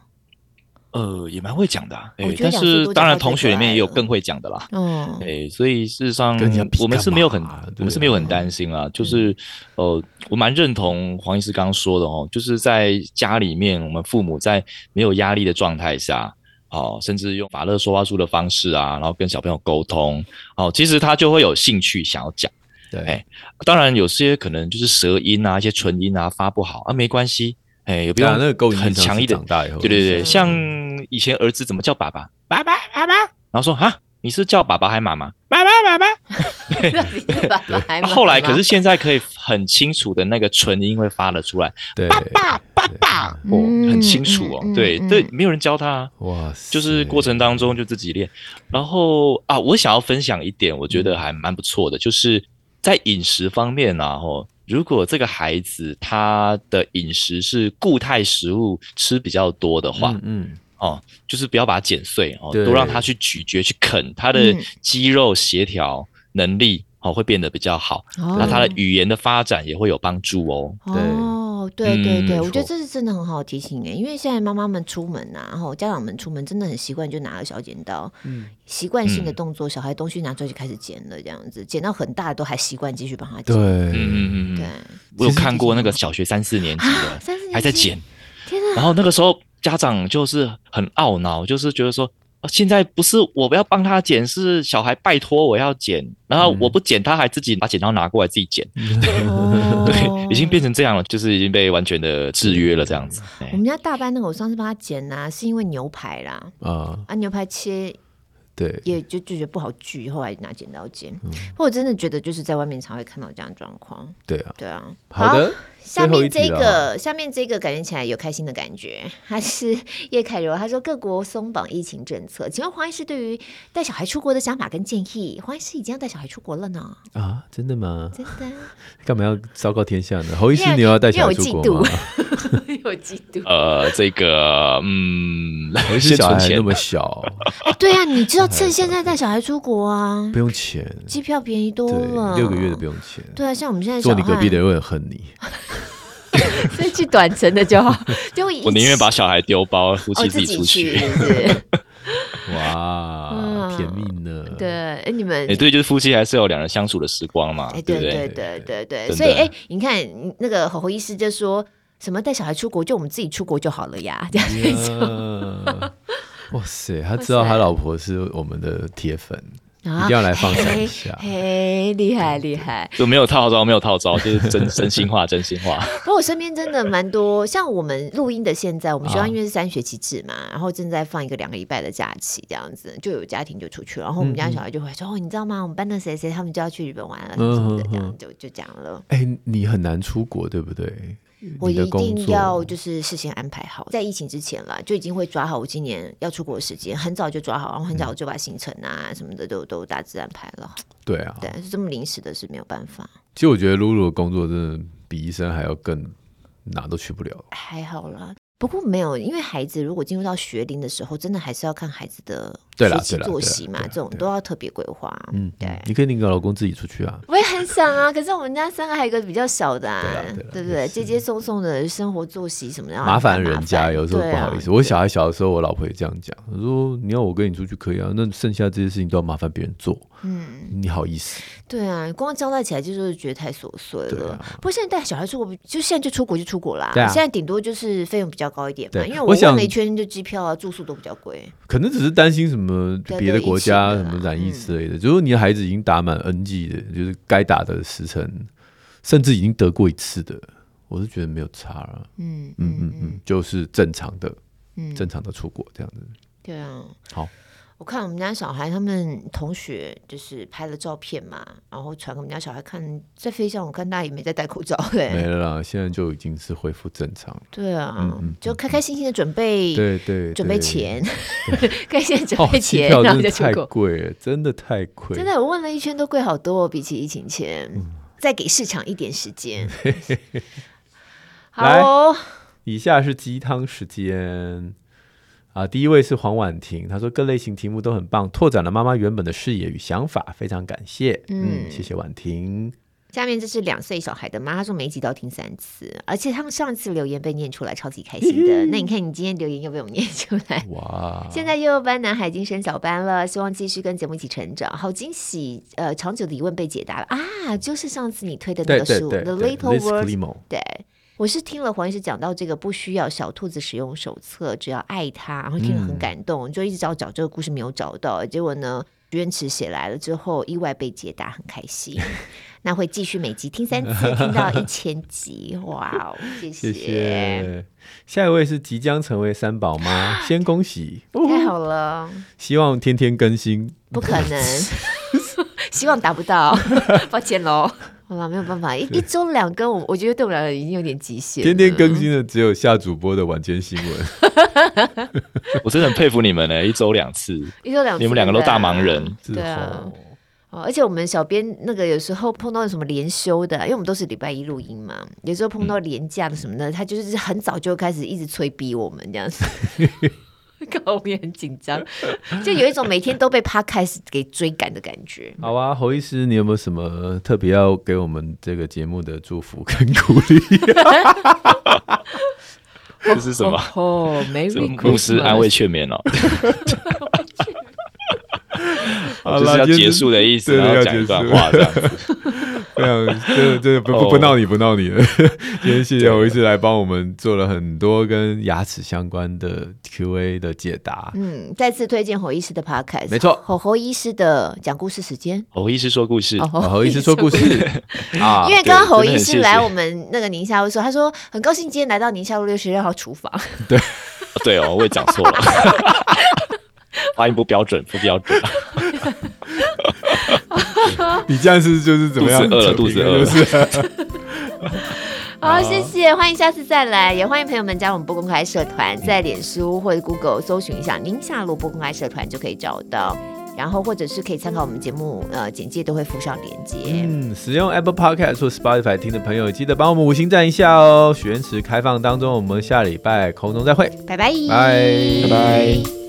C: 呃，也蛮会讲的、啊，哎、
B: 我觉得
C: 但
B: 讲速
C: 是
B: 度
C: 当
B: 讲
C: 然
B: 话
C: 同
B: 最
C: 学里
B: 可
C: 面也
B: 爱
C: 有
B: 了
C: 更会讲的啦。
B: 嗯，
C: 哎，所以事实上
A: 跟人家比，
C: 我们
A: 干
C: 是没有很
A: 嘛，
C: 我
A: 对
C: 们是没有很
A: 啊
C: 担心啦。就是，呃，我蛮认同黄医师刚刚说的哦，就是在家里面，我们父母在没有压力的状态下，哦，甚至用法乐说话术的方式啊，然后跟小朋友沟通，哦，其实他就会有兴趣想要讲。
A: 对
C: 哎，当然，有些可能就是舌音啊，一些唇音啊发不好啊，没关系，哎，也不
A: 对
C: 用
A: 啊，那个够
C: 很强硬的
A: 长大以后，
C: 对对对，
B: 嗯
C: 像以前儿子怎么叫爸爸，爸爸爸爸，然后说啊，你是叫爸爸还妈妈？爸爸爸爸。
B: 爸爸还蛮
C: 后来可是现在可以很清楚的那个唇音会发了出来，
A: 对，
C: 爸爸爸爸，哦，
B: 嗯
C: 很清楚哦
B: 嗯嗯。
C: 对
B: 嗯
C: 对，没有人教他啊，
A: 哇塞，
C: 就是过程当中就自己练。然后啊，我想要分享一点，我觉得还蛮不错的，就是在饮食方面啊，吼。如果这个孩子他的饮食是固态食物吃比较多的话，
A: 嗯嗯，
C: 哦，就是不要把它剪碎哦，
A: 对
C: 多让它去咀嚼、去啃，它的
B: 嗯
C: 肌肉协调能力哦会变得比较好，
B: 哦
C: 那它的语言的发展也会有帮助哦。
A: 对
B: 哦，对对
C: 嗯
B: 对，
A: 没
B: 我觉得
A: 错
B: 这是真的很好的提醒诶，欸因为现在妈妈们出门呐、啊，然后家长们出门真的很习惯，就拿个小剪刀，
A: 嗯
B: 习惯性的
C: 嗯
B: 动作，小孩东西拿出来就开始剪了，这样子，剪到很大都还习惯继续帮他
A: 对
B: 剪。，
C: 嗯嗯嗯
B: 对
C: 嗯，，我有看过那个小学三四年级
B: 啊，
C: 的
B: 三十年
C: 还在
B: 级
C: 剪，，
B: 天啊！
C: 然后那个时候家长就是很懊恼，就是觉得说。啊现在不是我要帮他剪，是小孩拜托我要剪，然后
A: 嗯
C: 我不剪，他还自己把剪刀拿过来自己剪，
B: 哦
C: 对，已经变成这样了，就是已经被完全的制约了这样子。哎
B: 我们家大班那个，我上次帮他剪呐、是因为牛排啦，
A: 啊，
B: 啊，牛排切
A: 对，
B: 也就就觉得不好锯，后来拿剪刀剪。
A: 嗯
B: 不过我真的觉得就是在外面常会看到这样的状况，
A: 对啊，
B: 对啊。
A: 好的，
B: 下
A: 最后一
B: 面
A: 题
B: 这
A: 了
B: 个，下面这个感觉起来有开心的感觉。他是叶凯柔，他说各国松绑疫情政策，请问黄医师对于带小孩出国的想法跟建议？黄医师已经要带小孩出国了呢，
A: 啊，真的吗？
B: 真的
A: 干嘛要昭告天下呢？侯医
B: 因
A: 师，
B: 为
A: 你要带小孩
B: 因为
A: 出
B: 我嫉
A: 国吗？
B: 有嫉妒。
C: 呃，这个， 嗯，
A: 侯医师
C: 先
A: 小
C: 存
A: 孩
C: 钱
A: 那。么 小，
B: 哎，对啊，你 知道趁现在带小孩出国啊
A: 不，用钱，
B: 机票便宜多了，
A: 对，六个月的不。用钱。
B: 对啊，像我们现在小
A: 坐
B: 孩，
A: 你隔壁的人会很恨你，
B: 所以去短程的 就好，就一
C: 我宁愿把小孩丢包，夫
B: 哦
C: 妻自己
B: 己
C: 出去。
B: 是不是？
A: 哇，
B: 嗯
A: 甜蜜呢。
B: 对，哎，你们
C: 哎、对，就是夫妻还是有两人相处的时光嘛，
B: 哎，对
C: 对不
B: 对
C: 对？
B: 对对对，
C: 真
B: 所以
C: 的
B: 哎，你看你那个侯侯医师就说什么带小孩出国，就我们自己出国就好了呀，这样 子
A: 呀哇塞，他知道他老婆是我们的铁粉，一定要来放闪一下。
B: 嘿，厉害厉害！
C: 就没有套招，没有套招，就是真 真心话，真心话。
B: 不 过我身边真的蛮多，像我们录音的现在，我们学校
A: 啊
B: 因为是三学期制嘛，然后正在放一个两个礼拜的假期，这样子就有家庭就出去了，然后我们家
A: 嗯嗯
B: 小孩就会说：“哦，你知道吗？我们班的谁谁他们就要去日本玩了，什么什么的，
A: 嗯嗯嗯
B: 这样就就讲了。”
A: 哎，你很难出国，对不对？
B: 我
A: 你的
B: 一
A: 工
B: 定
A: 作
B: 要就是事先安排好，在疫情之前啦，就已经会抓好我今年要出国的时间，很早就抓好，然后很早
A: 嗯
B: 就把行程啊什么的都都大致安排了。
A: 对啊。
B: 对，是这么临时的是没有办法，
A: 其实我觉得露露的工作真的比医生还要更哪都去不了。
B: 还好啦。不过没有，因为孩子如果进入到学龄的时候，真的还是要看孩子的
A: 对啦
B: 学习
A: 对啦
B: 作
A: 对啦
B: 息嘛，
A: 对啦
B: 这种
A: 对啦
B: 都要特别规划。
A: 嗯，
B: 对。
A: 你可以跟你老公自己出去啊。
B: 我也很想啊，可是我们家三个还有一个比较小的、啊
A: 对啦对啦
B: 不
A: 也
B: 对？
A: 是
B: 接接送送的生活作息什么的，
A: 麻烦人家，
B: 啊麻烦
A: 有时候
B: 对
A: 不
B: 啊
A: 好意思。我小孩小的时候，我老婆也这样讲，她说：“你要我跟你出去可以啊，那剩下这些事情都要麻烦别人做，
B: 嗯，
A: 你好意思
B: 对啊，光交代起来就是觉得太琐碎
A: 对
B: 了。
A: 啊
B: 不过现在带小孩出国，就现在就出国就出国啦。
A: 对啊
B: 现在顶多就是费用比较高一点嘛，
A: 对
B: 因为
A: 我
B: 我问
A: 想
B: 了一圈，就机票啊、住宿都比较贵。？”
A: 可能只是担心什么
B: 对
A: 别的国家
B: 对
A: 什
B: 疫情的啦嗯
A: 么染疫之类的。就是你的孩子已经打满 N G 的，就是该打的时辰，甚至已经得过一次的，我是觉得没有差了。
B: 嗯
A: 嗯嗯嗯，就是正常的，
B: 嗯
A: 正常的出国这样子。
B: 对啊。
A: 好，
B: 我看我们家小孩他们同学就是拍了照片嘛，然后传给我们家小孩看，在飞机上我看大家也没在戴口罩哎、
A: 没了啦，现在就已经是恢复正常了。
B: 对啊，
A: 嗯嗯
B: 就开开心心的准备
A: 对对，
B: 准备
A: 对。
B: 钱， 开心地
A: 哦
B: 准备，
A: 机
B: 钱，
A: 票
B: 然后
A: 真的
B: 就出
A: 太
B: 国。
A: 贵了，真的太贵。
B: 真的，我问了一圈都贵好多、哦，比起疫情前，
A: 嗯
B: 再给市场一点时 间。好哦，
A: 以下是鸡汤时间。啊，第一位是黄婉婷，她说各类型题目都很棒，拓展了妈妈原本的视野与想法，非常感谢。嗯，
B: 嗯
A: 谢谢婉婷。
B: 下面这是两岁小孩的妈，她说每一集都要听三次，而且他们上一次留言被念出来，超级开心的。那你看你今天留言又被我们念出 来。
A: 哇，
B: 现在幼幼班男孩已经升小班了，希望继续跟节目一起成长。好惊喜！呃，长久的疑问被解答了啊，就是上次你推的那
A: 对
B: 个
A: 对
B: 书《
A: 对
B: The
A: 对
B: Little
A: Liz
B: Words》
A: Climo
B: 对，我是听了黄医师讲到这个不需要小兔子使用手册，只要爱它，然后听了
C: 嗯
B: 很感动，就一直找找这个故事没有找到，结果呢，许愿池写来了之后，意外被解答，很开 心。那会继续每集听三次，听到一千集，哇哦，谢
A: 谢谢。下一位是即将成为三宝妈，先恭 喜，
B: 太好 了，
A: 希望天天更新。
B: 不可能，希望达不 到，抱歉喽。好了，没有办法，一一周两更，我我觉得对我来说已经有点极限了。
A: 天天更新的只有夏主播的晚间新闻，
C: 我真的很佩服你们欸呢、一周两次，
B: 一周两次，
C: 你们两个都大忙人，
A: 是
B: 对啊
A: 哦。
B: 哦，而且我们小编那个有时候碰到什么连休的，因为我们都是礼拜一录音嘛，有时候碰
C: 嗯
B: 到连假的什么的，他就是很早就开始一直催逼我们这 样子， 搞我们也很紧张，就有一种每天都被 p 开始给追赶的感觉。
A: 好啊，侯医师，你有没有什么特别要给我们这个节目的祝福跟鼓励？
C: 这是什么？
B: 啊哦
C: 这
B: ，Merry
C: 牧师安慰劝勉哦， 就是要结束的意思，
A: 对
C: 然
A: 对
C: 后
A: 要
C: 讲一
A: 结
C: 段
A: 束
C: 话这样子。
A: 非常，这这不不
C: 哦
A: 不闹你不闹你了。今天谢谢侯医师来帮我们做了很多跟牙齿相关的 Q&A 的解答。
B: 嗯，再次推荐侯医师的 podcast，
A: 没错
B: 侯侯医师的讲故事时间。哦
C: 侯医师说故事，
A: 啊侯医师说故事啊，
B: 因为刚刚侯
C: 真的
B: 医
C: 很谢哦
B: 师
C: 谢
B: 来我们那个宁夏路说，他说很高兴今天来到宁夏路六十六号厨房，
C: 对哦，我也讲错 了，发音不标准，不标准。
A: 你这样是就是怎么样？
C: 肚子饿了肚子饿
A: 就
C: 了
A: 是
B: 好，谢谢，欢迎下次再来，也欢迎朋友们加入我们不公开社团，在脸书或者 Google 搜寻一下“宁夏路不公开社团”就可以找到，然后或者是可以参考我们节目呃简介都会附上链接。
A: 嗯，使用 Apple Podcast 或 Spotify 听的朋友，记得帮我们五星赞一下哦。许愿池开放当中，我们下礼拜空中再会，
B: 拜拜，
A: 拜
C: 拜拜。